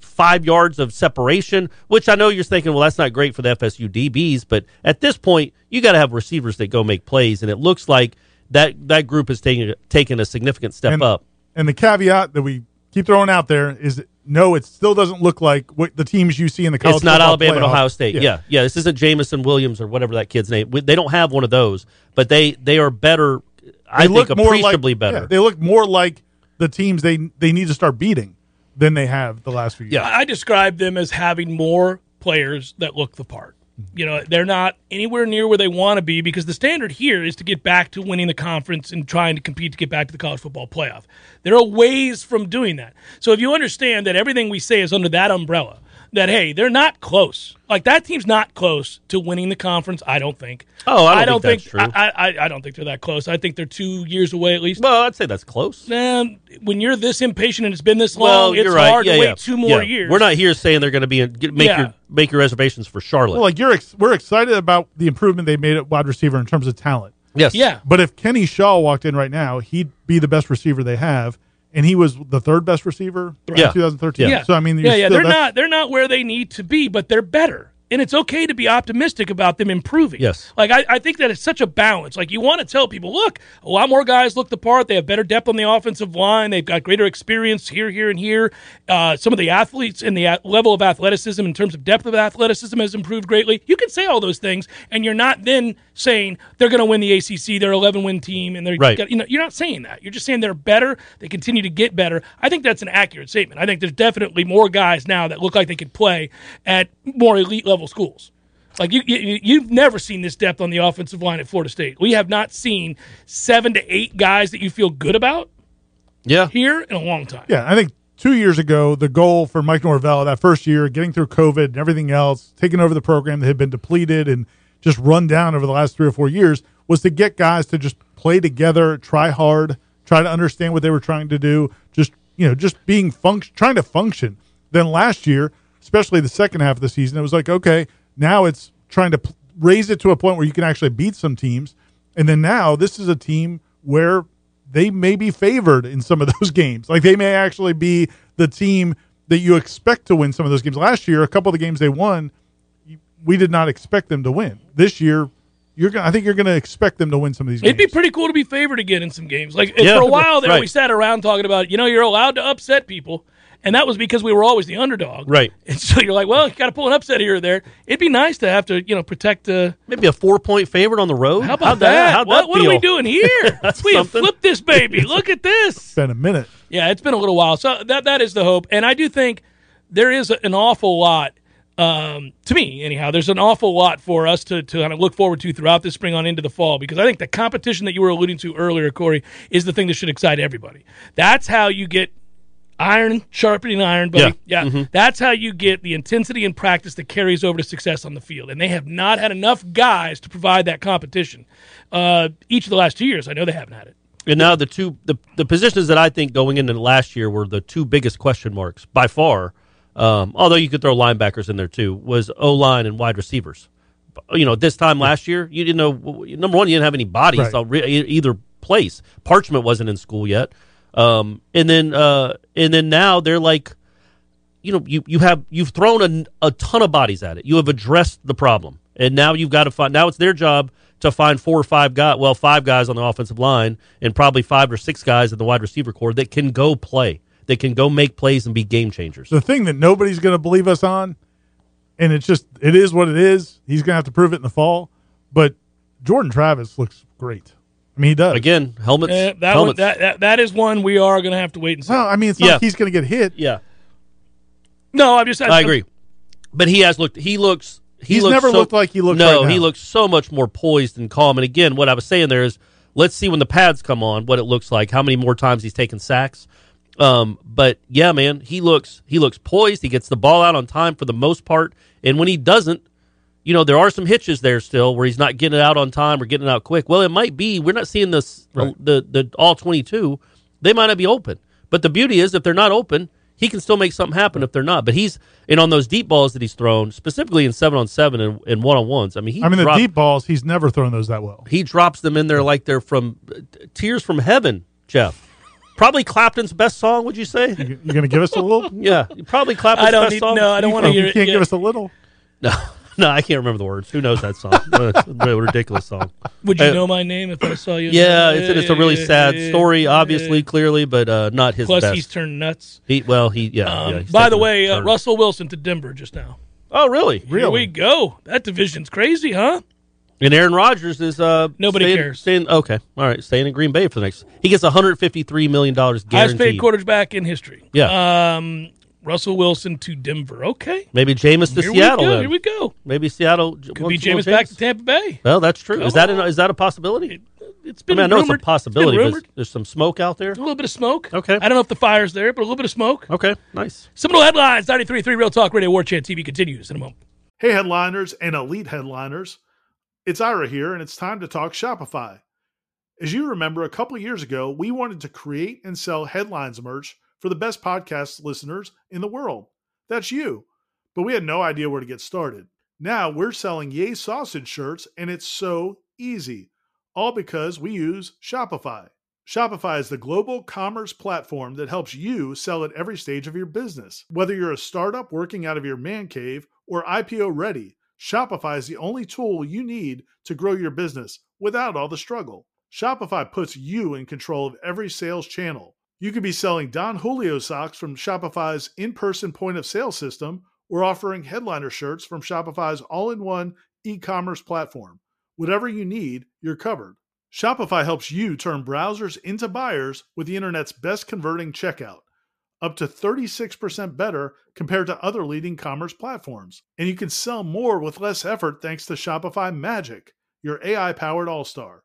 [SPEAKER 4] five yards of separation, which I know you're thinking, well, that's not great for the FSU DBs. But at this point, you got to have receivers that go make plays, and it looks like that that group has taken taken a significant step
[SPEAKER 3] and,
[SPEAKER 4] up.
[SPEAKER 3] And the caveat that we keep throwing out there is no, it still doesn't look like what the teams you see in the college.
[SPEAKER 4] It's not
[SPEAKER 3] football
[SPEAKER 4] Alabama and
[SPEAKER 3] playoff.
[SPEAKER 4] Ohio State. Yeah. yeah, This isn't Jamison Williams or whatever that kid's name. We, they don't have one of those, but they they are better. I
[SPEAKER 3] They
[SPEAKER 4] think
[SPEAKER 3] look more
[SPEAKER 4] appreciably
[SPEAKER 3] like,
[SPEAKER 4] better.
[SPEAKER 3] yeah, they look more like the teams they they need to start beating than they have the last few years.
[SPEAKER 2] I I describe them as having more players that look the part. You know, they're not anywhere near where they want to be because the standard here is to get back to winning the conference and trying to compete to get back to the college football playoff. There are ways from doing that. So if you understand that everything we say is under that umbrella, that hey, they're not close. Like that team's not close to winning the conference. I don't think.
[SPEAKER 4] Oh, I don't think that's true.
[SPEAKER 2] I, I, I don't think they're that close. I think they're two years away at least.
[SPEAKER 4] well, I'd say that's close.
[SPEAKER 2] Man, when you're this impatient and it's been this
[SPEAKER 4] Well,
[SPEAKER 2] long,
[SPEAKER 4] you're
[SPEAKER 2] it's
[SPEAKER 4] right.
[SPEAKER 2] hard
[SPEAKER 4] yeah,
[SPEAKER 2] to wait
[SPEAKER 4] yeah.
[SPEAKER 2] two more
[SPEAKER 4] Yeah.
[SPEAKER 2] years.
[SPEAKER 4] We're not here saying they're going to be in, get, make
[SPEAKER 2] Yeah.
[SPEAKER 4] your make your reservations for Charlotte.
[SPEAKER 3] Well, like you're ex- we're excited about the improvement they made at wide receiver in terms of talent.
[SPEAKER 4] yes,
[SPEAKER 2] Yeah.
[SPEAKER 3] But if Kenny Shaw walked in right now, he'd be the best receiver they have, and he was the third best receiver
[SPEAKER 4] Yeah.
[SPEAKER 3] in 2013.
[SPEAKER 2] Yeah.
[SPEAKER 3] So I mean, you're
[SPEAKER 2] yeah, yeah.
[SPEAKER 3] still-
[SPEAKER 2] They're
[SPEAKER 3] that's-
[SPEAKER 2] not. They're not where they need to be, but they're better. And it's okay to be optimistic about them improving.
[SPEAKER 4] Yes.
[SPEAKER 2] Like I, I think that it's such a balance. Like you want to tell people, look, a lot more guys look the part. They have better depth on the offensive line. They've got greater experience here, here, and here. Uh, some of the athletes and the at- level of athleticism in terms of depth of athleticism has improved greatly. You can say all those things, and you're not then saying they're going to win the ACC. They're an 11 win team, and they're
[SPEAKER 4] Right.
[SPEAKER 2] got- you know, you're not saying that. You're just saying they're better. They continue to get better. I think that's an accurate statement. I think there's definitely more guys now that look like they could play at more elite level schools. Like you, you, you've never seen this depth on the offensive line at Florida State. We have not seen seven to eight guys that you feel good about
[SPEAKER 4] yeah.
[SPEAKER 2] here in a long time.
[SPEAKER 3] Yeah, I think two years ago, the goal for Mike Norvell that first year, getting through COVID and everything else, taking over the program that had been depleted and just run down over the last three or four years, was to get guys to just play together, try hard, try to understand what they were trying to do, just you know, just being function, trying to function. Then last year, especially the second half of the season, it was like okay, now it's trying to p- raise it to a point where you can actually beat some teams, and then now this is a team where they may be favored in some of those games. Like they may actually be the team that you expect to win some of those games. Last year, a couple of the games they won, you- we did not expect them to win. This year, you're gonna, I think you're going to expect them to win some of these
[SPEAKER 2] It'd be
[SPEAKER 3] games.
[SPEAKER 2] pretty cool to be favored again in some games. Like
[SPEAKER 4] Yeah,
[SPEAKER 2] for a while there,
[SPEAKER 4] right.
[SPEAKER 2] we sat around talking about, you know, you're allowed to upset people, and that was because we were always the underdog,
[SPEAKER 4] Right.
[SPEAKER 2] And so you're like, well, you got to pull an upset here or there. It'd be nice to have to, you know, protect. Uh,
[SPEAKER 4] Maybe a four point favorite on the road.
[SPEAKER 2] how about that?
[SPEAKER 4] How'd
[SPEAKER 2] what, what are we
[SPEAKER 4] feel?
[SPEAKER 2] doing here? we have
[SPEAKER 4] something.
[SPEAKER 2] flipped this baby. Look at this.
[SPEAKER 3] it's been a minute.
[SPEAKER 2] Yeah, it's been a little while. So that that is the hope, and I do think there is an awful lot. Um, to me, anyhow, there's an awful lot for us to, to kind of look forward to throughout this spring on into the fall because I think the competition that you were alluding to earlier, Corey, is the thing that should excite everybody. That's how you get iron sharpening iron, buddy. Yeah, that's how you get the intensity and practice that carries over to success on the field. And they have not had enough guys to provide that competition. Uh, each of the last two years, I know they haven't had it.
[SPEAKER 4] And now the two the, the positions that I think going into last year were the two biggest question marks by far. Um, although you could throw linebackers in there too, was O line and wide receivers. You know, this time last year, you didn't know number one, you didn't have any bodies
[SPEAKER 3] Right.
[SPEAKER 4] on re- e- either place. Parchment wasn't in school yet, um, and then uh, and then now they're like, you know, you you have you've thrown a, a ton of bodies at it. You have addressed the problem, and now you've got to find. Now it's their job to find four or five guys. Well, five guys on the offensive line, and probably five or six guys in the wide receiver core that can go play. That can go make plays and be game changers.
[SPEAKER 6] the thing that nobody's going to believe us on, and it's just it is what it is. He's going to have to prove it in the fall. But Jordan Travis looks great. I mean, he does.
[SPEAKER 4] Again, helmets.
[SPEAKER 2] Eh, that, one,
[SPEAKER 4] helmets.
[SPEAKER 2] that, that that is one we are going to have to wait and see.
[SPEAKER 6] Well, I mean, it's not
[SPEAKER 4] Yeah.
[SPEAKER 6] like he's going to get hit.
[SPEAKER 4] yeah.
[SPEAKER 2] No, I'm just.
[SPEAKER 4] I agree. But he has looked. He looks. He
[SPEAKER 6] He's
[SPEAKER 4] looks
[SPEAKER 6] never
[SPEAKER 4] so-
[SPEAKER 6] looked like he looks
[SPEAKER 4] No,
[SPEAKER 6] right now.
[SPEAKER 4] he looks so much more poised and calm. And again, what I was saying there is, let's see when the pads come on, what it looks like, how many more times he's taken sacks. Um, but yeah, man, he looks he looks poised. He gets the ball out on time for the most part, and when he doesn't, you know, there are some hitches there still where he's not getting it out on time or getting it out quick. Well, it might be we're not seeing this uh, the the all twenty two. They might not be open, but the beauty is if they're not open, he can still make something happen if they're not. But he's and on those deep balls that he's thrown, specifically in seven on seven and, and one on ones. I mean, he
[SPEAKER 6] I mean, the
[SPEAKER 4] dropped-
[SPEAKER 6] deep balls, he's never thrown those that well.
[SPEAKER 4] he drops them in there like they're from uh, tears from heaven, Jeff. Probably Clapton's best song, would you say?
[SPEAKER 6] You going to give us a little?
[SPEAKER 4] Yeah, probably Clapton's
[SPEAKER 2] I don't
[SPEAKER 4] best
[SPEAKER 2] need.
[SPEAKER 4] song.
[SPEAKER 2] No, I don't want to
[SPEAKER 6] you
[SPEAKER 2] hear.
[SPEAKER 6] can't
[SPEAKER 2] yeah.
[SPEAKER 6] give us a little.
[SPEAKER 4] No, no, I can't remember the words. Who knows that song? It's a ridiculous song.
[SPEAKER 2] Would you
[SPEAKER 4] Uh,
[SPEAKER 2] know my name if I saw you?
[SPEAKER 4] Yeah, it's, it's a really
[SPEAKER 2] yeah,
[SPEAKER 4] sad
[SPEAKER 2] yeah,
[SPEAKER 4] story,
[SPEAKER 2] yeah.
[SPEAKER 4] obviously, clearly, but uh, not his
[SPEAKER 2] Plus,
[SPEAKER 4] best.
[SPEAKER 2] he's turned nuts.
[SPEAKER 4] he, well, he yeah.
[SPEAKER 2] Um,
[SPEAKER 4] yeah, he's
[SPEAKER 2] by the
[SPEAKER 4] taken a
[SPEAKER 2] way, uh,
[SPEAKER 4] turn.
[SPEAKER 2] Russell Wilson to Denver just now.
[SPEAKER 4] Oh, really?
[SPEAKER 2] Here we go. That division's crazy, huh?
[SPEAKER 4] And Aaron Rodgers is uh
[SPEAKER 2] Nobody
[SPEAKER 4] staying-
[SPEAKER 2] cares.
[SPEAKER 4] Staying, okay, all right, staying in Green Bay for the next. He gets 153 million dollars
[SPEAKER 2] Highest
[SPEAKER 4] guaranteed.
[SPEAKER 2] paid quarterback in history.
[SPEAKER 4] Yeah.
[SPEAKER 2] Um, Russell Wilson to Denver. Okay.
[SPEAKER 4] Maybe Jameis to
[SPEAKER 2] Here
[SPEAKER 4] Seattle.
[SPEAKER 2] we go.
[SPEAKER 4] then.
[SPEAKER 2] Here we go.
[SPEAKER 4] Maybe Seattle
[SPEAKER 2] Could be Jameis back to Tampa Bay.
[SPEAKER 4] Well, that's true.
[SPEAKER 2] Come
[SPEAKER 4] is that an,
[SPEAKER 2] on.
[SPEAKER 4] is that a possibility?
[SPEAKER 2] It's
[SPEAKER 4] I
[SPEAKER 2] been
[SPEAKER 4] mean, I know
[SPEAKER 2] rumored.
[SPEAKER 4] it's a possibility.
[SPEAKER 2] It's
[SPEAKER 4] but
[SPEAKER 2] been
[SPEAKER 4] There's,
[SPEAKER 2] rumored.
[SPEAKER 4] there's some smoke out there.
[SPEAKER 2] A little bit of smoke.
[SPEAKER 4] Okay.
[SPEAKER 2] I don't know if the fire's there, but a little bit of smoke.
[SPEAKER 4] Okay, nice.
[SPEAKER 2] Seminole headlines 93.3 Real Talk Radio War Chant TV continues in a moment.
[SPEAKER 3] Hey, headliners and elite headliners. It's Ira here, and it's time to talk Shopify. As you remember, a couple years ago, we wanted to create and sell headlines merch for the best podcast listeners in the world. That's you. But we had no idea where to get started. Now we're selling Yay Sausage shirts, and it's so easy, all because we use Shopify. Shopify is the global commerce platform that helps you sell at every stage of your business. Whether you're a startup working out of your man cave or IPO ready, Shopify is the only tool you need to grow your business without all the struggle. Shopify puts you in control of every sales channel. You could be selling Don Julio socks from Shopify's in person point of sale system or offering headliner shirts from Shopify's all in one e commerce platform. Whatever you need, you're covered. Shopify helps you turn browsers into buyers with the internet's best converting checkout, up to 36% better compared to other leading commerce platforms. And you can sell more with less effort thanks to Shopify Magic, your AI powered all star.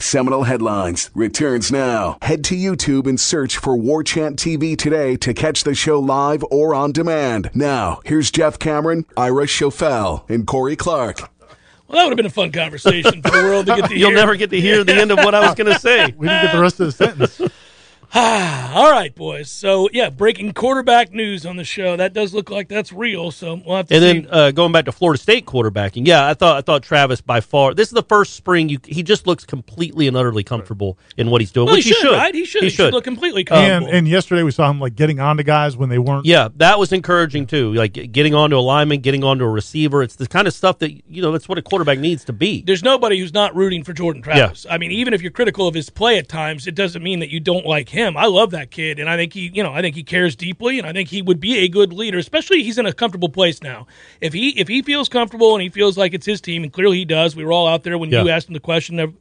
[SPEAKER 1] Seminal Headlines returns now. Head to YouTube and search for War Chant TV today to catch the show live or on demand. Now, here's Jeff Cameron, Ira Schofel, and Corey Clark.
[SPEAKER 2] Well, that would have been a fun conversation for the world to get to
[SPEAKER 4] You'll
[SPEAKER 2] hear.
[SPEAKER 4] never get to hear the end of what I was going to say.
[SPEAKER 6] We didn't get the rest of the sentence.
[SPEAKER 2] Oh, Ah, All right, boys. So, yeah, breaking quarterback news on the show. That does look like that's real, so we'll have to
[SPEAKER 4] And
[SPEAKER 2] see.
[SPEAKER 4] then uh, going back to Florida State quarterbacking, yeah, I thought I thought Travis by far. This is the first spring you, he just looks completely and utterly comfortable in what he's doing,
[SPEAKER 2] well, he
[SPEAKER 4] which
[SPEAKER 2] should, right? He should. He, should. look completely
[SPEAKER 6] and
[SPEAKER 2] comfortable.
[SPEAKER 6] and yesterday we saw him like getting onto guys when they weren't.
[SPEAKER 4] Yeah, that was encouraging too. Like getting onto a lineman, getting onto a receiver. It's the kind of stuff that you know that's what a quarterback needs to be.
[SPEAKER 2] There's nobody who's not rooting for Jordan Travis. I mean, even if you're critical of his play at times, it doesn't mean that you don't like him. I love that kid, and I think he, you know, I think he cares deeply, and I think he would be a good leader, especially he's in a comfortable place now. If he if he feels comfortable and he feels like it's his team, and clearly he does. We were all out there when
[SPEAKER 4] Yeah.
[SPEAKER 2] you asked him the question. Of,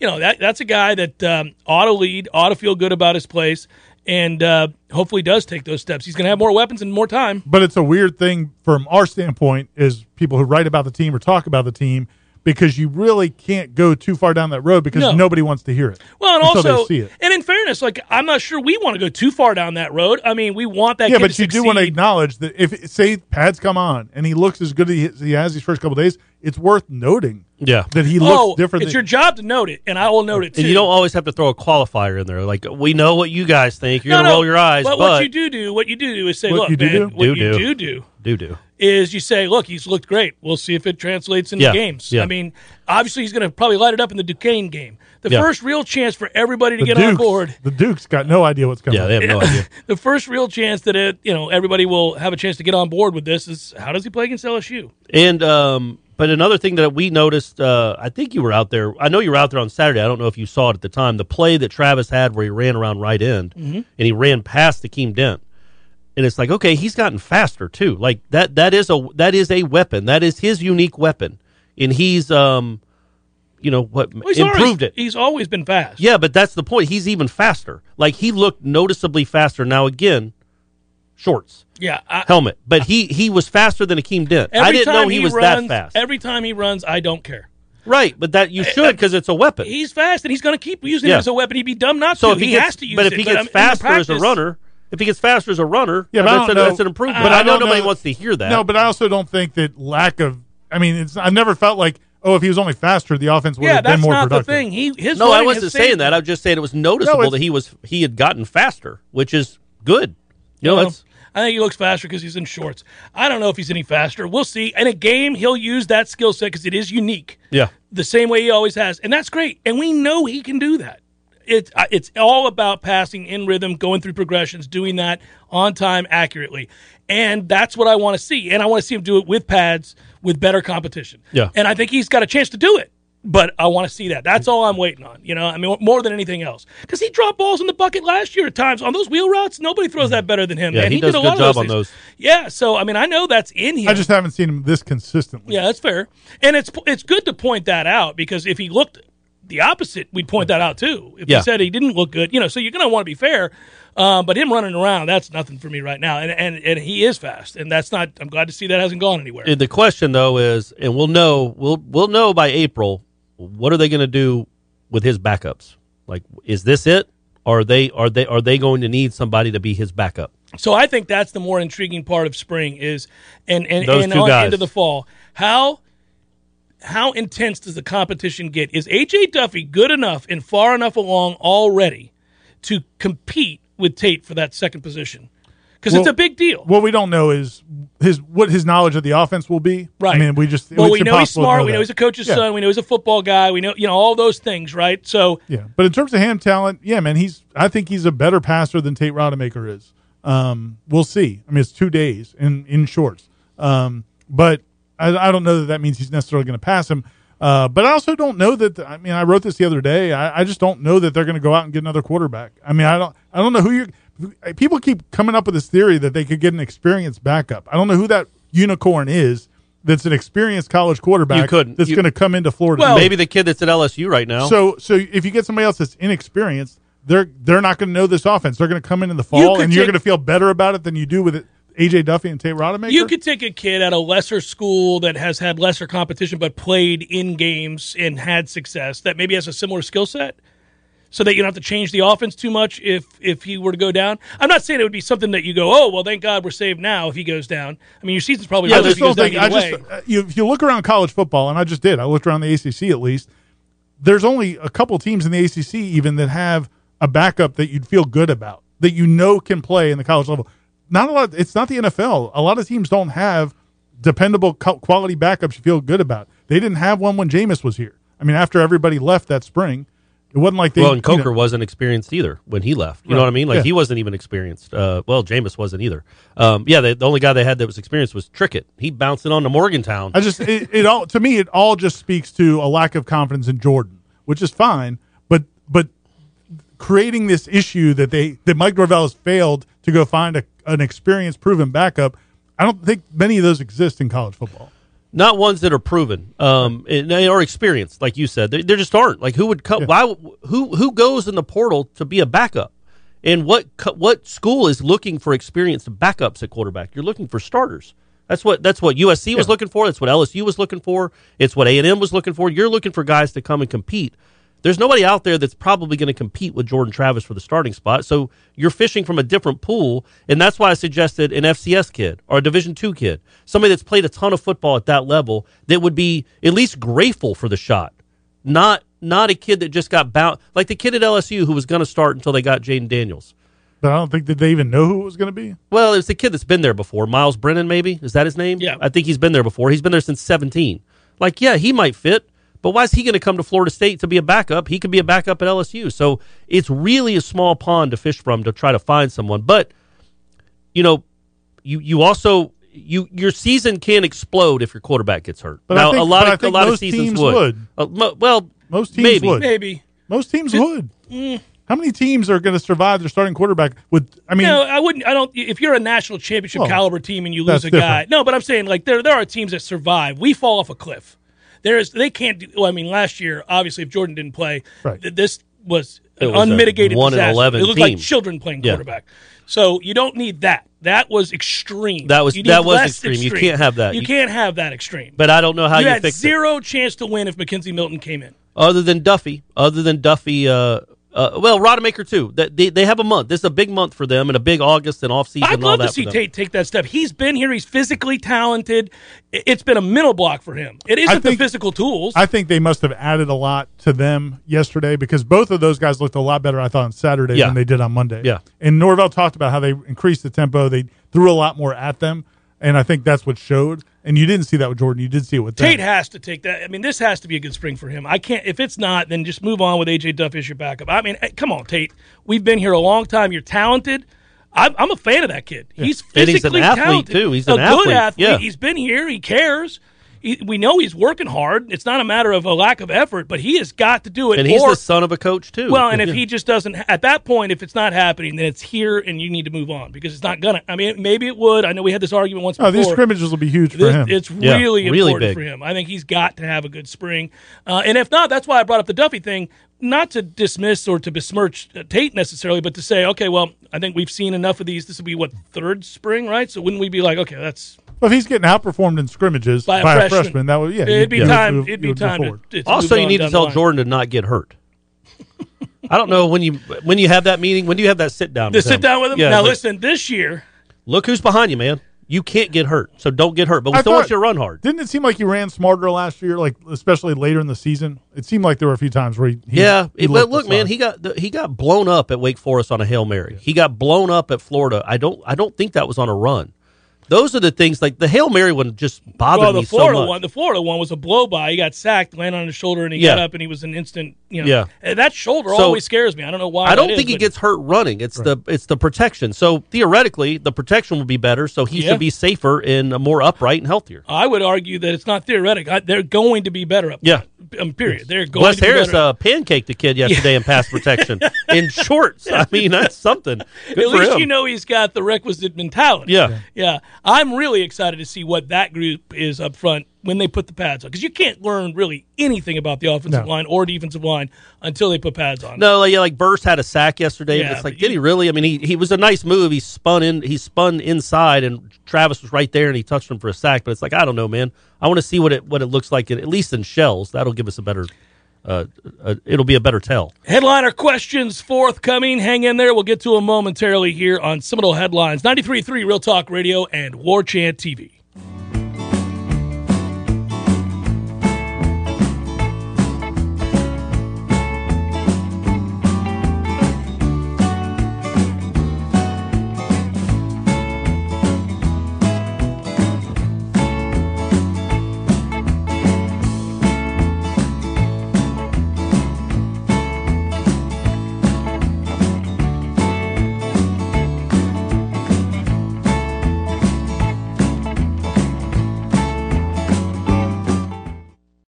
[SPEAKER 2] you know, that that's a guy that um, ought to lead, ought to feel good about his place, and uh, hopefully does take those steps. He's going to have more weapons and more time.
[SPEAKER 6] But it's a weird thing from our standpoint as people who write about the team or talk about the team
[SPEAKER 3] because you really can't go too far down that road because
[SPEAKER 2] No.
[SPEAKER 3] nobody wants to hear it.
[SPEAKER 2] Well, and
[SPEAKER 3] until they
[SPEAKER 2] also,
[SPEAKER 3] see it.
[SPEAKER 2] and in fairness, like I'm not sure we want to go too far down that road. I mean, we want that.
[SPEAKER 3] yeah,
[SPEAKER 2] kid
[SPEAKER 3] but
[SPEAKER 2] to
[SPEAKER 3] you do want to
[SPEAKER 2] succeed.
[SPEAKER 3] acknowledge that if say Pad's come on and he looks as good as he has these first couple days, it's worth noting.
[SPEAKER 4] Yeah.
[SPEAKER 3] that he looks
[SPEAKER 2] oh,
[SPEAKER 3] different.
[SPEAKER 2] It's
[SPEAKER 3] than,
[SPEAKER 2] your job to note it, and I will note it too.
[SPEAKER 4] And you don't always have to throw a qualifier in there. Like we know what you guys think. You're
[SPEAKER 2] No,
[SPEAKER 4] gonna
[SPEAKER 2] no,
[SPEAKER 4] roll your eyes,
[SPEAKER 2] But,
[SPEAKER 4] but,
[SPEAKER 2] what you do do, what you do do is say,
[SPEAKER 4] What
[SPEAKER 2] look,
[SPEAKER 4] you do
[SPEAKER 2] man,
[SPEAKER 4] do?
[SPEAKER 2] what
[SPEAKER 4] Do
[SPEAKER 2] you
[SPEAKER 4] do.
[SPEAKER 2] do
[SPEAKER 4] do
[SPEAKER 2] do
[SPEAKER 4] do.
[SPEAKER 2] is you say, look, he's looked great. We'll see if it translates into
[SPEAKER 4] Yeah,
[SPEAKER 2] games.
[SPEAKER 4] yeah.
[SPEAKER 2] I mean, obviously he's going to probably light it up in the Duquesne game. The
[SPEAKER 3] Yeah.
[SPEAKER 2] first real chance for everybody to
[SPEAKER 3] the
[SPEAKER 2] get
[SPEAKER 3] Dukes,
[SPEAKER 2] on board.
[SPEAKER 3] The Duke's got no idea what's coming.
[SPEAKER 4] Yeah, they have no idea.
[SPEAKER 2] The first real chance that it, you know, everybody will have a chance to get on board with this is how does he play against LSU?
[SPEAKER 4] And um, but another thing that we noticed, uh, I think you were out there. I know you were out there on Saturday. I don't know if you saw it at the time. The play that Travis had where he ran around right end
[SPEAKER 2] Mm-hmm.
[SPEAKER 4] and he ran past Akeem Dent. And it's like, okay, he's gotten faster too. Like that that is a that is a weapon. That is his unique weapon. And he's um you know what
[SPEAKER 2] Well, he's
[SPEAKER 4] improved
[SPEAKER 2] always,
[SPEAKER 4] it.
[SPEAKER 2] He's always been fast.
[SPEAKER 4] Yeah, but that's the point. He's even faster. Like he looked noticeably faster. Now again, shorts,
[SPEAKER 2] Yeah, I,
[SPEAKER 4] helmet, but he he was faster than Akeem Dent.
[SPEAKER 2] every
[SPEAKER 4] I didn't
[SPEAKER 2] time
[SPEAKER 4] know he, was
[SPEAKER 2] runs,
[SPEAKER 4] that fast.
[SPEAKER 2] Every time he runs, I don't care.
[SPEAKER 4] right, but that you should because it's a weapon.
[SPEAKER 2] He's fast, and he's going to keep using it
[SPEAKER 4] Yeah.
[SPEAKER 2] as a weapon. He'd be dumb not
[SPEAKER 4] so
[SPEAKER 2] to.
[SPEAKER 4] if he,
[SPEAKER 2] he
[SPEAKER 4] gets,
[SPEAKER 2] has to use
[SPEAKER 4] but if
[SPEAKER 2] it.
[SPEAKER 4] he gets
[SPEAKER 2] I'm- in the
[SPEAKER 4] faster as
[SPEAKER 2] practice-
[SPEAKER 4] a runner, if he gets faster as a runner,
[SPEAKER 3] Yeah, but I
[SPEAKER 4] that's,
[SPEAKER 3] don't
[SPEAKER 4] a, that's
[SPEAKER 3] know-
[SPEAKER 4] an improvement.
[SPEAKER 3] I-
[SPEAKER 4] But I,
[SPEAKER 3] I
[SPEAKER 4] know
[SPEAKER 3] don't
[SPEAKER 4] nobody
[SPEAKER 3] know-
[SPEAKER 4] wants to hear that.
[SPEAKER 3] No, but I also don't think that lack of. I mean, it's I've never felt like oh, if he was only faster, the offense would
[SPEAKER 2] Yeah,
[SPEAKER 3] have been
[SPEAKER 2] that's
[SPEAKER 3] more
[SPEAKER 2] not the
[SPEAKER 3] productive.
[SPEAKER 2] thing. He his
[SPEAKER 4] no, I
[SPEAKER 2] running
[SPEAKER 4] wasn't
[SPEAKER 2] has
[SPEAKER 4] saying
[SPEAKER 2] saved
[SPEAKER 4] that.
[SPEAKER 2] him.
[SPEAKER 4] I was just saying it was noticeable
[SPEAKER 3] it's-
[SPEAKER 4] that he was he had gotten faster, which is good. You know,
[SPEAKER 2] No.
[SPEAKER 4] it's
[SPEAKER 2] I think he looks faster because he's in shorts. I don't know if he's any faster. We'll see. In a game, he'll use that skill set because it is unique,
[SPEAKER 4] yeah.
[SPEAKER 2] the same way he always has, and that's great. And we know he can do that. It's uh, it's all about passing in rhythm, going through progressions, doing that on time, accurately, and that's what I want to see. And I want to see him do it with pads, with better competition.
[SPEAKER 4] Yeah.
[SPEAKER 2] And I think he's got a chance to do it. But I want to see that. That's all I'm waiting on. You know, I mean, more than anything else, because he dropped balls in the bucket last year at times on those wheel routes. Nobody throws that better than him.
[SPEAKER 4] Mm-hmm. Yeah,
[SPEAKER 2] man.
[SPEAKER 4] he does
[SPEAKER 2] did a
[SPEAKER 4] a good
[SPEAKER 2] lot of
[SPEAKER 4] job on
[SPEAKER 2] things.
[SPEAKER 4] those.
[SPEAKER 2] Yeah, so I mean, I know that's in here.
[SPEAKER 3] I just haven't seen him this consistently.
[SPEAKER 2] yeah, that's fair, and it's it's good to point that out because if he looked the opposite, we'd point that out too. If
[SPEAKER 4] Yeah.
[SPEAKER 2] he said he didn't look good, you know, so you're going to want to be fair. Um, but him running around, that's nothing for me right now, and and and he is fast, and that's not. I'm glad to see that hasn't gone anywhere.
[SPEAKER 4] Uh, The question though is, and we'll know we'll we'll know by April. What are they going to do with his backups? Like, is this it? Are they are they are they going to need somebody to be his backup?
[SPEAKER 2] So I think that's the more intriguing part of spring is and and,
[SPEAKER 4] Those
[SPEAKER 2] and
[SPEAKER 4] two
[SPEAKER 2] on
[SPEAKER 4] guys.
[SPEAKER 2] into the fall. How how intense does the competition get? Is AJ Duffy good enough and far enough along already to compete with Tate for that second position? Because it's
[SPEAKER 3] Well-
[SPEAKER 2] a big deal.
[SPEAKER 3] What we don't know is his what his knowledge of the offense will be.
[SPEAKER 2] Right.
[SPEAKER 3] I mean, we just
[SPEAKER 2] well,
[SPEAKER 3] it's
[SPEAKER 2] we know he's
[SPEAKER 3] impossible to
[SPEAKER 2] smart. we know
[SPEAKER 3] that.
[SPEAKER 2] he's a coach's
[SPEAKER 3] Yeah.
[SPEAKER 2] son. We know he's a football guy. We know you know all those things, right? So
[SPEAKER 3] Yeah, but in terms of ham talent, yeah, man, he's I think he's a better passer than Tate Rodemaker is. Um, we'll see. I mean, it's two days in in shorts, um, but I, I don't know that that means he's necessarily going to pass him. Uh, but I also don't know that. I mean, I wrote this the other day. I, I just don't know that they're going to go out and get another quarterback. I mean, I don't. I don't know who you. People keep coming up with this theory that they could get an experienced backup. I don't know who that unicorn is. That's an experienced college quarterback.
[SPEAKER 4] You couldn't.
[SPEAKER 3] That's
[SPEAKER 4] You-
[SPEAKER 3] going to come into Florida.
[SPEAKER 2] Well,
[SPEAKER 4] Maybe the kid that's at LSU right now.
[SPEAKER 3] So so if you get somebody else that's inexperienced, they're they're not going to know this offense. They're going to come in in the fall,
[SPEAKER 2] could
[SPEAKER 3] and you're
[SPEAKER 2] take-
[SPEAKER 3] going to feel better about it than you do with it. AJ Duffy and Tate Rodemaker.
[SPEAKER 2] You could take a kid at a lesser school that has had lesser competition but played in games and had success that maybe has a similar skill set so that you don't have to change the offense too much if if he were to go down. I'm not saying it would be something that you go, "Oh, well, thank God we're saved now if he goes down." I mean, your season's probably
[SPEAKER 3] I
[SPEAKER 2] over
[SPEAKER 3] just
[SPEAKER 2] if he goes
[SPEAKER 3] don't
[SPEAKER 2] down
[SPEAKER 3] think. I
[SPEAKER 2] either
[SPEAKER 3] just
[SPEAKER 2] way.
[SPEAKER 3] uh, you, if you look around college football, and I just did. I looked around the ACC at least. There's only a couple teams in the ACC even that have a backup that you'd feel good about that you know can play in the college level. Not a lot. It's not the NFL. A lot of teams don't have dependable co- quality backups you feel good about. They didn't have one when Jameis was here. I mean, after everybody left that spring, it wasn't like they.
[SPEAKER 4] well, and
[SPEAKER 3] you
[SPEAKER 4] Coker
[SPEAKER 3] know-
[SPEAKER 4] wasn't experienced either when he left. You know what I mean? Like
[SPEAKER 3] yeah.
[SPEAKER 4] he wasn't even experienced. Uh, well, Jameis wasn't either. Um, yeah, they, the only guy they had that was experienced was Trickett. He bounced it on to Morgantown.
[SPEAKER 3] I just it, it all to me it all just speaks to a lack of confidence in Jordan, which is fine, but but creating this issue that they that Mike Norvell has failed to go find a, an experienced proven backup, I don't think many of those exist in college football.
[SPEAKER 4] not ones that are proven um, and they are experienced, like you said. There, there just aren't. Like who would come? Why? would- Who who goes in the portal to be a backup? And what co- what school is looking for experienced backups at quarterback? You're looking for starters. That's what that's what USC was looking for. That's what LSU was looking for. It's what A and M was looking for. You're looking for guys to come and compete. There's nobody out there that's probably going to compete with Jordan Travis for the starting spot. So you're fishing from a different pool, and that's why I suggested an FCS kid or a Division two kid, somebody that's played a ton of football at that level that would be at least grateful for the shot, not not a kid that just got bound like the kid at LSU who was going to start until they got Jaden Daniels.
[SPEAKER 3] But I don't think that they even know who it was going to be.
[SPEAKER 4] Well, it's the kid that's been there before. Miles Brennan, maybe? Is that his name? Yeah. I think he's been there before. He's been there since 17. Like, yeah, he might fit, but why is he going to come to Florida State to be a backup? He could be a backup at LSU. So it's really a small pond to fish from to try to find someone. But, you know, you, you also. You your season can explode if your quarterback gets hurt.
[SPEAKER 3] But I
[SPEAKER 4] now
[SPEAKER 3] think-
[SPEAKER 4] a lot
[SPEAKER 3] but I
[SPEAKER 4] of a
[SPEAKER 3] think
[SPEAKER 4] lot of
[SPEAKER 3] most
[SPEAKER 4] seasons
[SPEAKER 3] teams
[SPEAKER 4] would.
[SPEAKER 3] would.
[SPEAKER 4] Uh, mo- well,
[SPEAKER 3] Most teams
[SPEAKER 4] maybe.
[SPEAKER 3] would.
[SPEAKER 2] Maybe.
[SPEAKER 3] Most teams would.
[SPEAKER 2] Mm.
[SPEAKER 3] How many teams are going to survive their starting quarterback? With I mean,
[SPEAKER 2] no, I wouldn't. I don't. If you're a national championship
[SPEAKER 3] Well,
[SPEAKER 2] caliber team and you lose
[SPEAKER 3] that's
[SPEAKER 2] a guy,
[SPEAKER 3] different.
[SPEAKER 2] no. But I'm saying like there there are teams that survive. We fall off a cliff. There is they can't do. Well, I mean, last year obviously if Jordan didn't play,
[SPEAKER 3] Right.
[SPEAKER 2] th- this was an
[SPEAKER 4] It was a
[SPEAKER 2] unmitigated
[SPEAKER 4] one in
[SPEAKER 2] disaster.
[SPEAKER 4] 11
[SPEAKER 2] it looked
[SPEAKER 4] team.
[SPEAKER 2] like children playing
[SPEAKER 4] Yeah.
[SPEAKER 2] quarterback. So you don't need that. That was extreme.
[SPEAKER 4] That was-
[SPEAKER 2] You need
[SPEAKER 4] that was
[SPEAKER 2] less
[SPEAKER 4] extreme. You can't have that.
[SPEAKER 2] You,
[SPEAKER 4] You-
[SPEAKER 2] can't have that extreme.
[SPEAKER 4] but I don't know how you,
[SPEAKER 2] you, had
[SPEAKER 4] fix it.
[SPEAKER 2] zero chance to win if Mackenzie Milton came in.
[SPEAKER 4] other than Duffy, other than Duffy, uh, uh, well, Rodemaker too. That they, they have a month. This is a big month for them, and a big August and off season.
[SPEAKER 2] I'd
[SPEAKER 4] and all
[SPEAKER 2] love
[SPEAKER 4] that
[SPEAKER 2] to
[SPEAKER 4] for
[SPEAKER 2] see
[SPEAKER 4] them.
[SPEAKER 2] Tate take that step. He's been here. He's physically talented. I- It's been a mental block for him. It isn't
[SPEAKER 3] think-
[SPEAKER 2] the physical tools.
[SPEAKER 3] I think they must have added a lot to them yesterday because both of those guys looked a lot better, I thought, on Saturday
[SPEAKER 4] Yeah.
[SPEAKER 3] than they did on Monday.
[SPEAKER 4] Yeah.
[SPEAKER 3] And Norvell talked about how they increased the tempo. They threw a lot more at them. And I think that's what showed. And you didn't see that with Jordan. You did see it with
[SPEAKER 2] Tate
[SPEAKER 3] them.
[SPEAKER 2] has to take that. I mean, this has to be a good spring for him. I can't. If it's not, then just move on with AJ Duff as your backup. I mean, eh, come on, Tate. We've been here a long time. You're talented. I'm, I'm a fan of that kid. He's
[SPEAKER 4] And
[SPEAKER 2] physically
[SPEAKER 4] he's an athlete,
[SPEAKER 2] talented.
[SPEAKER 4] too. He's
[SPEAKER 2] a
[SPEAKER 4] an
[SPEAKER 2] good
[SPEAKER 4] athlete,
[SPEAKER 2] athlete.
[SPEAKER 4] yeah.
[SPEAKER 2] He's been here. He cares. He, we know he's working hard. It's not a matter of a lack of effort, but he has got to do it.
[SPEAKER 4] and he's
[SPEAKER 2] or-
[SPEAKER 4] the son of a coach too.
[SPEAKER 2] Well, and if
[SPEAKER 4] Yeah.
[SPEAKER 2] he just doesn't, at that point, if it's not happening, then it's here, and you need to move on because it's not gonna. I mean, maybe it would. I know we had this argument once
[SPEAKER 3] Oh,
[SPEAKER 2] before.
[SPEAKER 3] these scrimmages will be huge for
[SPEAKER 2] This-
[SPEAKER 3] him.
[SPEAKER 2] It's
[SPEAKER 4] Yeah,
[SPEAKER 2] really
[SPEAKER 4] really big.
[SPEAKER 2] important for him. I think he's got to have a good spring, uh, and if not, that's why I brought up the Duffy thing. Not to dismiss or to besmirch uh, Tate necessarily, but to say, okay, well, I think we've seen enough of these. This will be what third spring, right? So wouldn't we be like, okay, that's
[SPEAKER 3] Well, if he's getting outperformed in scrimmages by a, freshman, that would, yeah.
[SPEAKER 2] it'd be
[SPEAKER 3] you would
[SPEAKER 2] time.
[SPEAKER 3] move-
[SPEAKER 2] it'd
[SPEAKER 3] you
[SPEAKER 2] be
[SPEAKER 3] would move
[SPEAKER 2] time. To,
[SPEAKER 3] forward.
[SPEAKER 2] to
[SPEAKER 4] also,
[SPEAKER 2] move
[SPEAKER 4] you
[SPEAKER 2] on
[SPEAKER 4] need to
[SPEAKER 2] down the
[SPEAKER 4] tell
[SPEAKER 2] line.
[SPEAKER 4] Jordan to not get hurt. I don't know when you when you have that meeting when do you have that sit down.
[SPEAKER 2] to
[SPEAKER 4] with
[SPEAKER 2] sit
[SPEAKER 4] him?
[SPEAKER 2] down with him.
[SPEAKER 4] Yeah,
[SPEAKER 2] now,
[SPEAKER 4] like,
[SPEAKER 2] listen, this year.
[SPEAKER 4] look who's behind you, man. You can't get hurt, so don't get hurt. But we
[SPEAKER 3] I
[SPEAKER 4] still want
[SPEAKER 3] thought-
[SPEAKER 4] you to run hard.
[SPEAKER 3] Didn't it seem like he ran smarter last year, like especially later in the season? It seemed like there were a few times where he. he
[SPEAKER 4] yeah,
[SPEAKER 3] he
[SPEAKER 4] it- but
[SPEAKER 3] looked
[SPEAKER 4] look, man,
[SPEAKER 3] aside.
[SPEAKER 4] he got the, he got blown up at Wake Forest on a hail mary. He got blown up at Florida. I don't I don't think that was on a run. Those are the things like the hail mary one just bothered
[SPEAKER 2] Well, the
[SPEAKER 4] me
[SPEAKER 2] Florida
[SPEAKER 4] so much.
[SPEAKER 2] one, the Florida one was a blow by. He got sacked, landed on his shoulder, and he
[SPEAKER 4] Yeah.
[SPEAKER 2] got up, and he was an instant. You know,
[SPEAKER 4] Yeah.
[SPEAKER 2] And that shoulder
[SPEAKER 4] So-
[SPEAKER 2] always scares me. I don't know why.
[SPEAKER 4] I don't
[SPEAKER 2] that is,
[SPEAKER 4] think he
[SPEAKER 2] but-
[SPEAKER 4] gets hurt running. It's the it's the protection. So theoretically, the protection would be better. So he
[SPEAKER 2] Yeah.
[SPEAKER 4] should be safer and more upright and healthier.
[SPEAKER 2] I would argue that it's not theoretic. I, they're going to be better up.
[SPEAKER 4] Yeah.
[SPEAKER 2] Um, period. They're going
[SPEAKER 4] Bless
[SPEAKER 2] to be
[SPEAKER 4] Harris
[SPEAKER 2] better.
[SPEAKER 4] uh, pancaked the kid yesterday in pass protection in shorts. I mean, that's something. Good
[SPEAKER 2] At
[SPEAKER 4] for
[SPEAKER 2] least
[SPEAKER 4] him.
[SPEAKER 2] you know he's got the requisite mentality.
[SPEAKER 4] Yeah.
[SPEAKER 2] Yeah. I'm really excited to see what that group is up front when they put the pads on because you can't learn really anything about the offensive
[SPEAKER 3] No.
[SPEAKER 2] line or defensive line until they put pads on.
[SPEAKER 4] No, like, yeah, like Burst had a sack yesterday.
[SPEAKER 2] Yeah,
[SPEAKER 4] but it's like,
[SPEAKER 2] but
[SPEAKER 4] did he really? I mean, he, he was a nice move. He spun in, he spun inside, and Travis was right there, and he touched him for a sack. But it's like, I don't know, man. I want to see what it what it looks like, in, at least in shells. That'll give us a better. Uh, uh, it'll be a better tell.
[SPEAKER 2] Headliner questions forthcoming. Hang in there. We'll get to them momentarily here on Seminole Headlines 93.3 Real Talk Radio and War Chant TV.